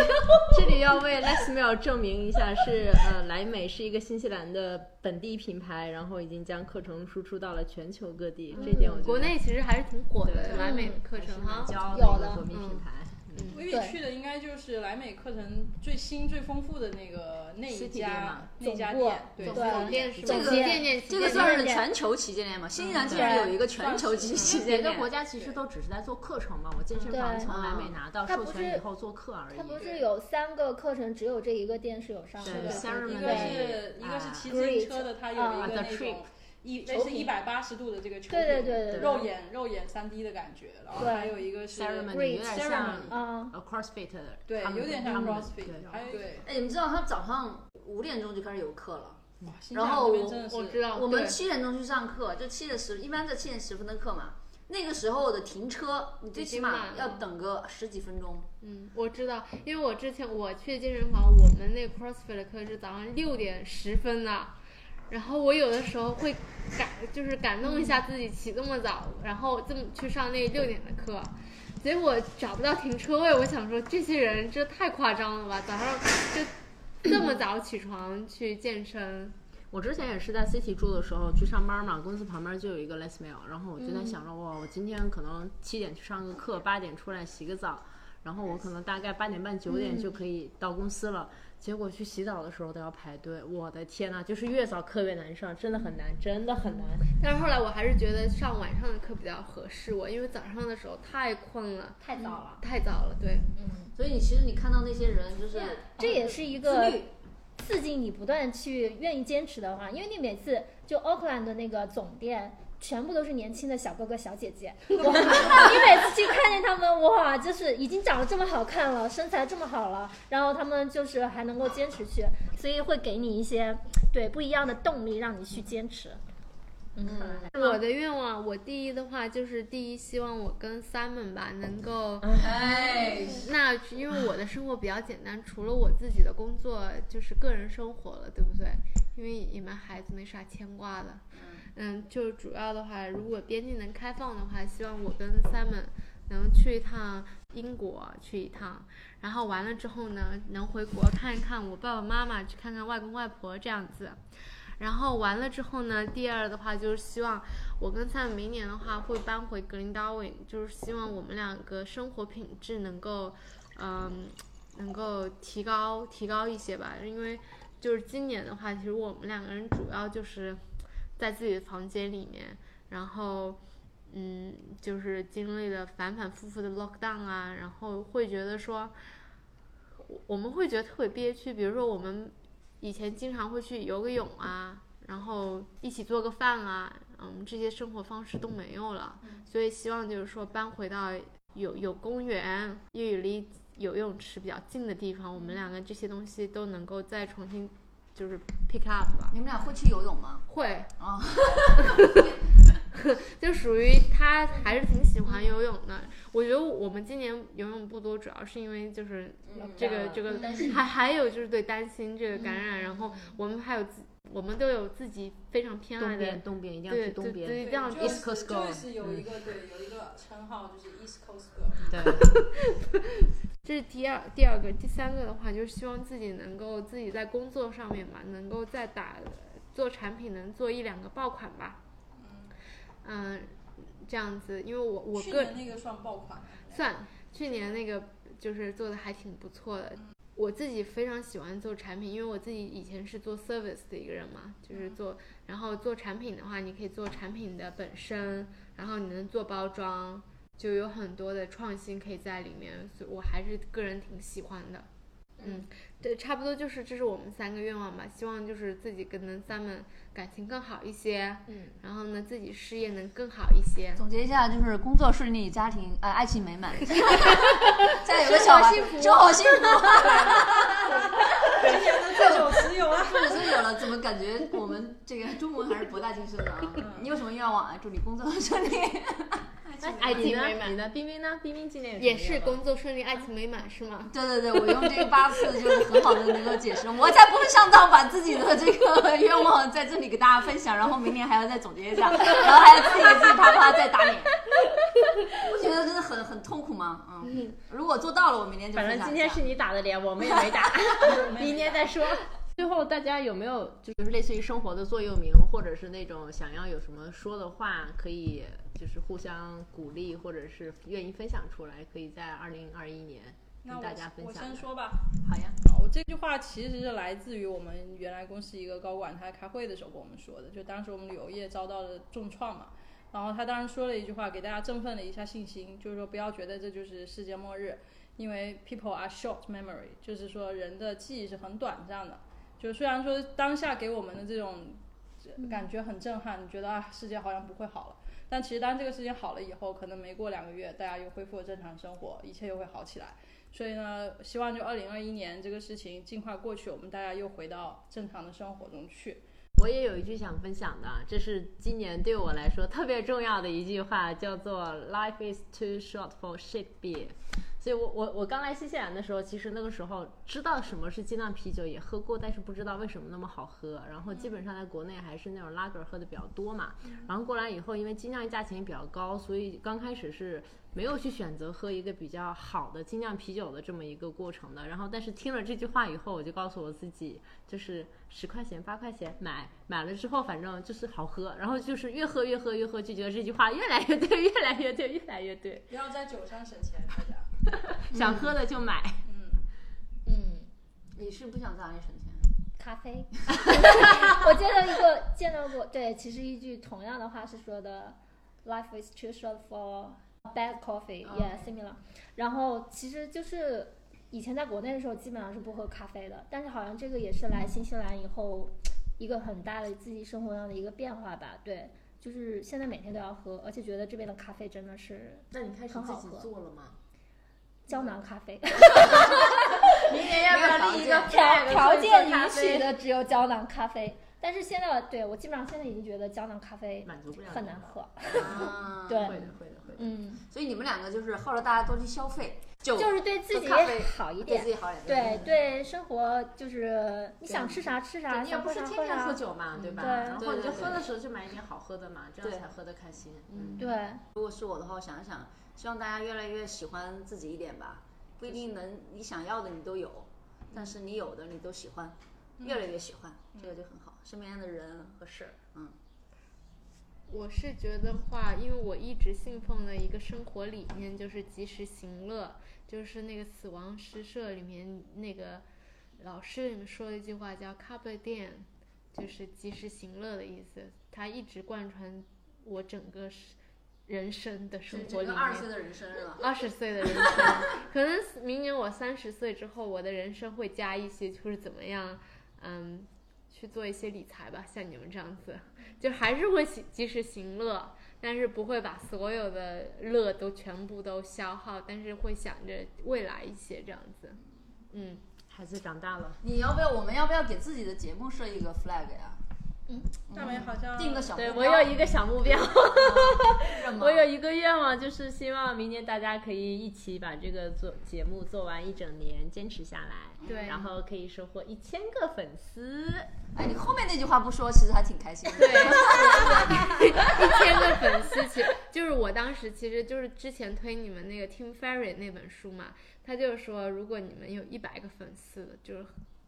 Speaker 2: 这里要为 Lexmill 证明一下是，呃莱美是一个新西兰的本地品牌，然后已经将课程输出到了全球各地，这点我觉得
Speaker 4: 国内其实还是挺火的
Speaker 2: 对嗯
Speaker 4: 完美课程哈。
Speaker 2: 骄傲
Speaker 6: 有
Speaker 2: 一个
Speaker 6: 的
Speaker 2: 国民品牌。嗯
Speaker 5: 薇薇
Speaker 6: 对
Speaker 5: 去的应该就是莱美课程最新最丰富的那个那
Speaker 8: 实体
Speaker 5: 一
Speaker 8: 店
Speaker 5: 家
Speaker 8: 嘛
Speaker 5: 那家
Speaker 6: 总部
Speaker 5: 店，对
Speaker 4: 总
Speaker 6: 对
Speaker 4: 总店是吧？
Speaker 8: 这个
Speaker 4: 店店
Speaker 8: 这个
Speaker 4: 店
Speaker 8: 算是
Speaker 6: 对
Speaker 8: 全球旗舰店吧？新西兰竟然有一个全球旗旗舰
Speaker 2: 别的
Speaker 8: 店，
Speaker 2: 国家其实都只是在做课程嘛，我健身房
Speaker 6: 对
Speaker 2: 从莱美拿到
Speaker 6: 它
Speaker 2: 授
Speaker 6: 不
Speaker 2: 权
Speaker 6: 是
Speaker 2: 以后做课而已
Speaker 6: 它。不是有三个课程，只有这一个店是有上的
Speaker 2: 对
Speaker 5: 的
Speaker 6: 吗。
Speaker 2: Sarah
Speaker 5: 一
Speaker 2: Mann
Speaker 5: 个
Speaker 2: 的
Speaker 5: 是一个是
Speaker 2: 啊
Speaker 5: 骑自行车的，它有一
Speaker 6: 啊
Speaker 5: 个
Speaker 2: ，The
Speaker 5: 那
Speaker 2: Trip
Speaker 5: 种一类似
Speaker 6: 品
Speaker 5: 一百八十度的这个球
Speaker 6: 对对
Speaker 5: 品
Speaker 6: 对对
Speaker 5: 肉眼肉眼三 D 的感觉，然后
Speaker 6: 对
Speaker 5: 还有一个是
Speaker 2: c e r e m o n
Speaker 6: Great
Speaker 2: y 有点
Speaker 5: Ceremony
Speaker 2: 像
Speaker 6: 啊，
Speaker 2: 呃 CrossFit 的，
Speaker 5: 对
Speaker 2: 他们
Speaker 5: 有点像
Speaker 2: 他们
Speaker 5: CrossFit，
Speaker 2: 对
Speaker 5: 还有对，
Speaker 8: 哎，你们知道他早上五点钟就开始有课了。
Speaker 5: 哇新
Speaker 8: 然
Speaker 5: 疆
Speaker 8: 后
Speaker 5: 那边
Speaker 8: 我
Speaker 5: 真的
Speaker 4: 我
Speaker 5: 是
Speaker 4: 知道，
Speaker 8: 我们
Speaker 4: 对
Speaker 8: 七点钟去上课，就七点十，一般在七点十分的课嘛。那个时候的停车，你最起码要等个十几分钟。
Speaker 4: 嗯，我知道，因为我之前我去健身房，我们那 CrossFit 的课是早上六点十分的，然后我有的时候会感就是感动一下自己起这么早，然后这么去上那六点的课，结果找不到停车位，我想说这些人这太夸张了吧，早上就这么早起床去健身，
Speaker 2: 我之前也是在 City 住的时候去上班嘛，公司旁边就有一个 Les Mill，然后我就在想着，
Speaker 4: 嗯
Speaker 2: 哇，我今天可能七点去上个课，八点出来洗个澡，然后我可能大概八点半九
Speaker 4: 嗯
Speaker 2: 点就可以到公司了。结果去洗澡的时候都要排队，我的天呐，就是越早课越难上，真的很难，真的很难。
Speaker 4: 但是后来我还是觉得上晚上的课比较合适我，因为早上的时候太困了，
Speaker 1: 太早了。
Speaker 4: 太早了，对。
Speaker 8: 所以你其实你看到那些人就是
Speaker 6: 嗯这也是一
Speaker 8: 自
Speaker 6: 个
Speaker 8: 律，
Speaker 6: 刺激你不断去愿意坚持的话，因为你每次就 Auckland 的那个总店。全部都是年轻的小哥哥小姐姐，哇！你每次去看见他们，哇，就是已经长得这么好看了，身材这么好了，然后他们就是还能够坚持去，所以会给你一些对不一样的动力，让你去坚持。嗯，
Speaker 4: 我的愿望，我第一的话就是第一，希望我跟 Simon 吧能够，
Speaker 7: 哎，
Speaker 4: 那因为我的生活比较简单，除了我自己的工作，就是个人生活了，对不对？因为你们孩子没啥牵挂的，嗯，就主要的话，如果边境能开放的话，希望我跟 Simon 能去一趟英国，去一趟，然后完了之后呢，能回国看一看我爸爸妈妈，去看看外公外婆这样子。然后完了之后呢，第二的话就是希望我跟 Sam 明年的话会搬回格林达维，就是希望我们两个生活品质能够，嗯，能够提高提高一些吧。因为就是今年的话，其实我们两个人主要就是在自己的房间里面，然后。嗯，就是经历了反反复复的 lockdown 啊，然后会觉得说，我我们会觉得特别憋屈。比如说，我们以前经常会去游个泳啊，然后一起做个饭啊，嗯，这些生活方式都没有了，所以希望就是说搬回到有有公园，又有离游泳池比较近的地方，我们两个这些东西都能够再重新就是 pick up 吧。
Speaker 8: 你们俩会去游泳吗？
Speaker 4: 会
Speaker 8: 啊，
Speaker 4: 就属于他还是挺喜欢游泳的。我觉得我们今年游泳不多，主要是因为就是这个这个， 还还有就是对担心这个感染，然后我们还有自我们都有自己非常偏爱
Speaker 2: 东边，
Speaker 4: 的，
Speaker 2: 东边一定要
Speaker 4: 对
Speaker 2: 去
Speaker 4: 对
Speaker 2: 东边。
Speaker 4: 对，
Speaker 5: 对
Speaker 4: 这样
Speaker 5: Joyce-
Speaker 2: East Coast Girl
Speaker 5: Joyce 有一个对有一个称号就是 East Coast Girl，
Speaker 2: 对，
Speaker 4: 这是第二第二个，第三个的话就是希望自己能够自己在工作上面嘛，能够再打做产品能做一两个爆款吧，嗯，这样子，因为我我
Speaker 5: 去
Speaker 4: 个
Speaker 5: 年那个算爆款，
Speaker 4: 算去年那个就是做的还挺不错的。我自己非常喜欢做产品，因为我自己以前是做 service 的一个人嘛，就是做，然后做产品的话，你可以做产品的本身，然后你能做包装，就有很多的创新可以在里面，所以我还是个人挺喜欢的。嗯对，差不多就是这是我们三个愿望吧。希望就是自己跟能三们感情更好一些，
Speaker 9: 嗯，
Speaker 4: 然后呢自己事业能更好一些，
Speaker 1: 总结一下，就是工作顺利，家庭呃爱情美 满，家有个小孩，生活 幸福。
Speaker 5: 今年的这首词 有了。
Speaker 1: 说着说着有了，怎么感觉我们这个中文还是博大精深的啊？你有什么愿望啊？祝你工作顺利。
Speaker 4: 爱
Speaker 2: 哎你
Speaker 4: 情
Speaker 2: 呢
Speaker 4: 美？
Speaker 2: 你
Speaker 4: 满。
Speaker 2: 呢？冰冰呢？冰冰今年有什么
Speaker 4: 也是
Speaker 2: 愿望
Speaker 4: 工作顺利，爱情美满是吗？
Speaker 1: 对对对，我用这个八次就是很好的能够解释，我才不会上当，把自己的这个愿望在这里给大家分享，然后明年还要再总结一下，然后还要自己给自己啪啪再打脸。我觉得真的很很痛苦嘛，嗯，如果做到了，我明年就
Speaker 2: 反
Speaker 1: 分
Speaker 2: 正
Speaker 1: 享
Speaker 2: 今
Speaker 1: 一下
Speaker 2: 天是你打的脸，我们也没打，明天再说。最后，大家有没有就是类似于生活的座右铭，或者是那种想要有什么说的话，可以就是互相鼓励，或者是愿意分享出来，可以在二零二一年
Speaker 5: 那
Speaker 2: 跟
Speaker 5: 我
Speaker 2: 大家分
Speaker 5: 我
Speaker 2: 享
Speaker 5: 先
Speaker 2: 的。
Speaker 5: 说吧，
Speaker 2: 好呀，
Speaker 5: 我哦这句话其实是来自于我们原来公司一个高管，他开会的时候跟我们说的。就当时我们旅游业遭到了重创嘛，然后他当时说了一句话，给大家振奋了一下信心，就是说不要觉得这就是世界末日，因为 people are short memory，就是说人的记忆是很短暂的。就虽然说当下给我们的这种呃感觉很震撼，觉得啊世界好像不会好了，但其实当这个事情好了以后，可能没过两个月，大家又恢复了正常生活，一切又会好起来。所以呢，希望就二零二一年这个事情尽快过去，我们大家又回到正常的生活中去。
Speaker 2: 我也有一句想分享的，这是今年对我来说特别重要的一句话，叫做 “Life is too short for shit beer”。所以我我我刚来新西兰的时候，其实那个时候知道什么是精酿啤酒，也喝过，但是不知道为什么那么好喝。然后基本上在国内还是那种拉格喝的比较多嘛。然后过来以后，因为精酿价钱也比较高，所以刚开始是没有去选择喝一个比较好的精酿啤酒的这么一个过程的。然后但是听了这句话以后，我就告诉我自己，就是十块钱、八块钱买，买了之后反正就是好喝，然后就是越喝越喝越喝，就觉得这句话越来越对，越来越对，越来越对，
Speaker 5: 不要在酒上省钱，大家。
Speaker 2: 想喝的就买。
Speaker 5: 嗯，
Speaker 6: 嗯，
Speaker 1: 你是不想在哪里省钱？
Speaker 6: 咖啡。我见到一个见到过，对，其实一句同样的话是说的，life is too short for bad coffee，yeah similar。然后其实就是以前在国内的时候基本上是不喝咖啡的，但是好像这个也是来新西兰以后一个很大的自己生活上的一个变化吧，对。就是现在每天都要喝，而且觉得这边的咖啡真的是
Speaker 2: 那你开
Speaker 6: 始自己
Speaker 2: 做了吗？
Speaker 6: 胶囊咖啡，
Speaker 2: 明年要不要立一个
Speaker 6: 条条件允许
Speaker 2: 许
Speaker 6: 的只有胶囊咖啡。但是现在，对我基本上现在已经觉得胶囊咖啡
Speaker 2: 满足不了
Speaker 6: 很难喝。
Speaker 1: 啊，
Speaker 6: 对，
Speaker 2: 会的，会的，会的。
Speaker 6: 嗯，
Speaker 1: 所以你们两个就是号召大家多去消费，就
Speaker 6: 就是对自己
Speaker 1: 喝咖啡
Speaker 6: 嗯好一
Speaker 1: 对自
Speaker 6: 点，
Speaker 1: 己好一点。
Speaker 2: 嗯
Speaker 6: 对对生活就是你想吃啥吃啥，
Speaker 2: 你也
Speaker 6: 想
Speaker 2: 不
Speaker 6: 啊喝
Speaker 2: 是
Speaker 6: 啥
Speaker 2: 天天
Speaker 6: 啥
Speaker 2: 喝。酒嘛，对吧？
Speaker 6: 对
Speaker 2: 然后
Speaker 1: 对
Speaker 2: 你就
Speaker 1: 对对
Speaker 2: 喝的时候就买一点好喝的嘛，这样
Speaker 1: 对
Speaker 2: 才喝得开心。
Speaker 1: 嗯
Speaker 6: 对，
Speaker 1: 如果是我的话，我想一想，希望大家越来越喜欢自己一点吧。不一定能你想要的你都有，但是你有的你都喜欢，越来越喜欢，这个就很好。身边的人和事儿，嗯，
Speaker 4: 我是觉得话，因为我一直信奉的一个生活理念就是及时行乐，就是那个《死亡诗社》里面那个老师里面说的一句话叫 “carpe diem”，就是及时行乐的意思。它一直贯穿我整个是人生的生
Speaker 1: 是
Speaker 4: 活
Speaker 1: 整
Speaker 4: 理
Speaker 1: 个
Speaker 4: 念。
Speaker 1: 二十岁的人生日了。
Speaker 4: 二十岁的人生，可能明年我三十岁之后，我的人生会加一些，就是怎么样，嗯，去做一些理财吧，像你们这样子，就还是会及及时行乐，但是不会把所有的乐都全部都消耗，但是会想着未来一些这样子，嗯，
Speaker 2: 孩子长大了，
Speaker 1: 你要不要？我们要不要给自己的节目设一个 flag 呀？
Speaker 5: 大美好像
Speaker 1: 定个小目
Speaker 2: 对
Speaker 1: 标。
Speaker 2: 我有一个小目标，
Speaker 1: 是吗
Speaker 2: 我有一个愿望，就是希望明年大家可以一起把这个做节目做完一整年，坚持下来，
Speaker 4: 对
Speaker 2: 然后可以收获一千个粉丝。
Speaker 1: 哎，你后面那句话不说，其实还挺开心的。
Speaker 4: 对，一千个粉丝，其实就是我当时其实就是之前推你们那个 Tim Ferry 那本书嘛，他就是说，如果你们有一百个粉丝，就是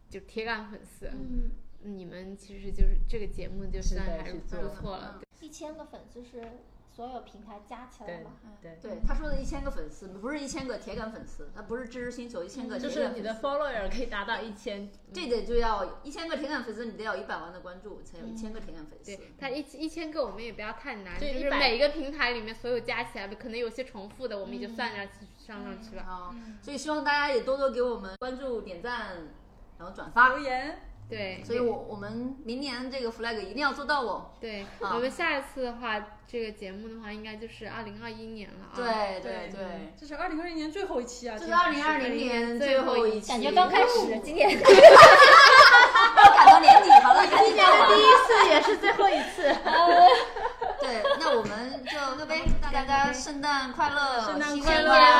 Speaker 4: 就铁杆粉丝，
Speaker 6: 嗯，
Speaker 4: 你们其实就是这个节目就算
Speaker 2: 的
Speaker 4: 嗯还
Speaker 2: 是
Speaker 4: 不
Speaker 2: 做得
Speaker 4: 错
Speaker 1: 很
Speaker 4: 了
Speaker 1: 棒。
Speaker 6: 一千个粉丝是所有平台加起来
Speaker 10: 对
Speaker 6: 嘛。
Speaker 1: 嗯
Speaker 10: 对。
Speaker 1: 对他说的一千个粉丝，不是一千个铁杆粉丝，那不是知识星球一千个铁
Speaker 2: 就
Speaker 1: 杆
Speaker 2: 是
Speaker 1: 粉
Speaker 2: 你
Speaker 1: 丝
Speaker 2: 的 follower 可以达到一千，
Speaker 1: 这得就要一千个铁杆粉丝，你得要一百万的关注，才有一千个铁杆粉丝。
Speaker 4: 对，它一一千个我们也不要太难，就
Speaker 2: 对
Speaker 4: 是
Speaker 2: 100
Speaker 4: 每一个平台里面所有加起来的，可能有些重复的，我们也就算上去上上去了。
Speaker 1: 啊，
Speaker 5: 嗯
Speaker 1: 所以希望大家也多多给我们关注、点赞，然后转发
Speaker 5: 留。言，
Speaker 4: 对，
Speaker 1: 所以我我们明年这个 flag 一定要做到哦。
Speaker 4: 对，
Speaker 1: 啊
Speaker 4: 我们下一次的话，这个节目的话，应该就是二零二一年了啊。
Speaker 1: 对
Speaker 5: 对嗯
Speaker 1: 对，
Speaker 5: 这是二零二一年最后一期啊，
Speaker 1: 这
Speaker 5: 这
Speaker 1: 是二零二零年最后一期，
Speaker 6: 感觉刚开
Speaker 2: 哦
Speaker 6: 始， 今年
Speaker 1: 赶到年底好了，赶紧讲
Speaker 6: 第一次也是最后一次，
Speaker 1: 对，那我们就各位，大家圣诞快乐，
Speaker 5: 圣诞
Speaker 1: 新
Speaker 5: 快
Speaker 1: 年
Speaker 5: 乐
Speaker 1: 快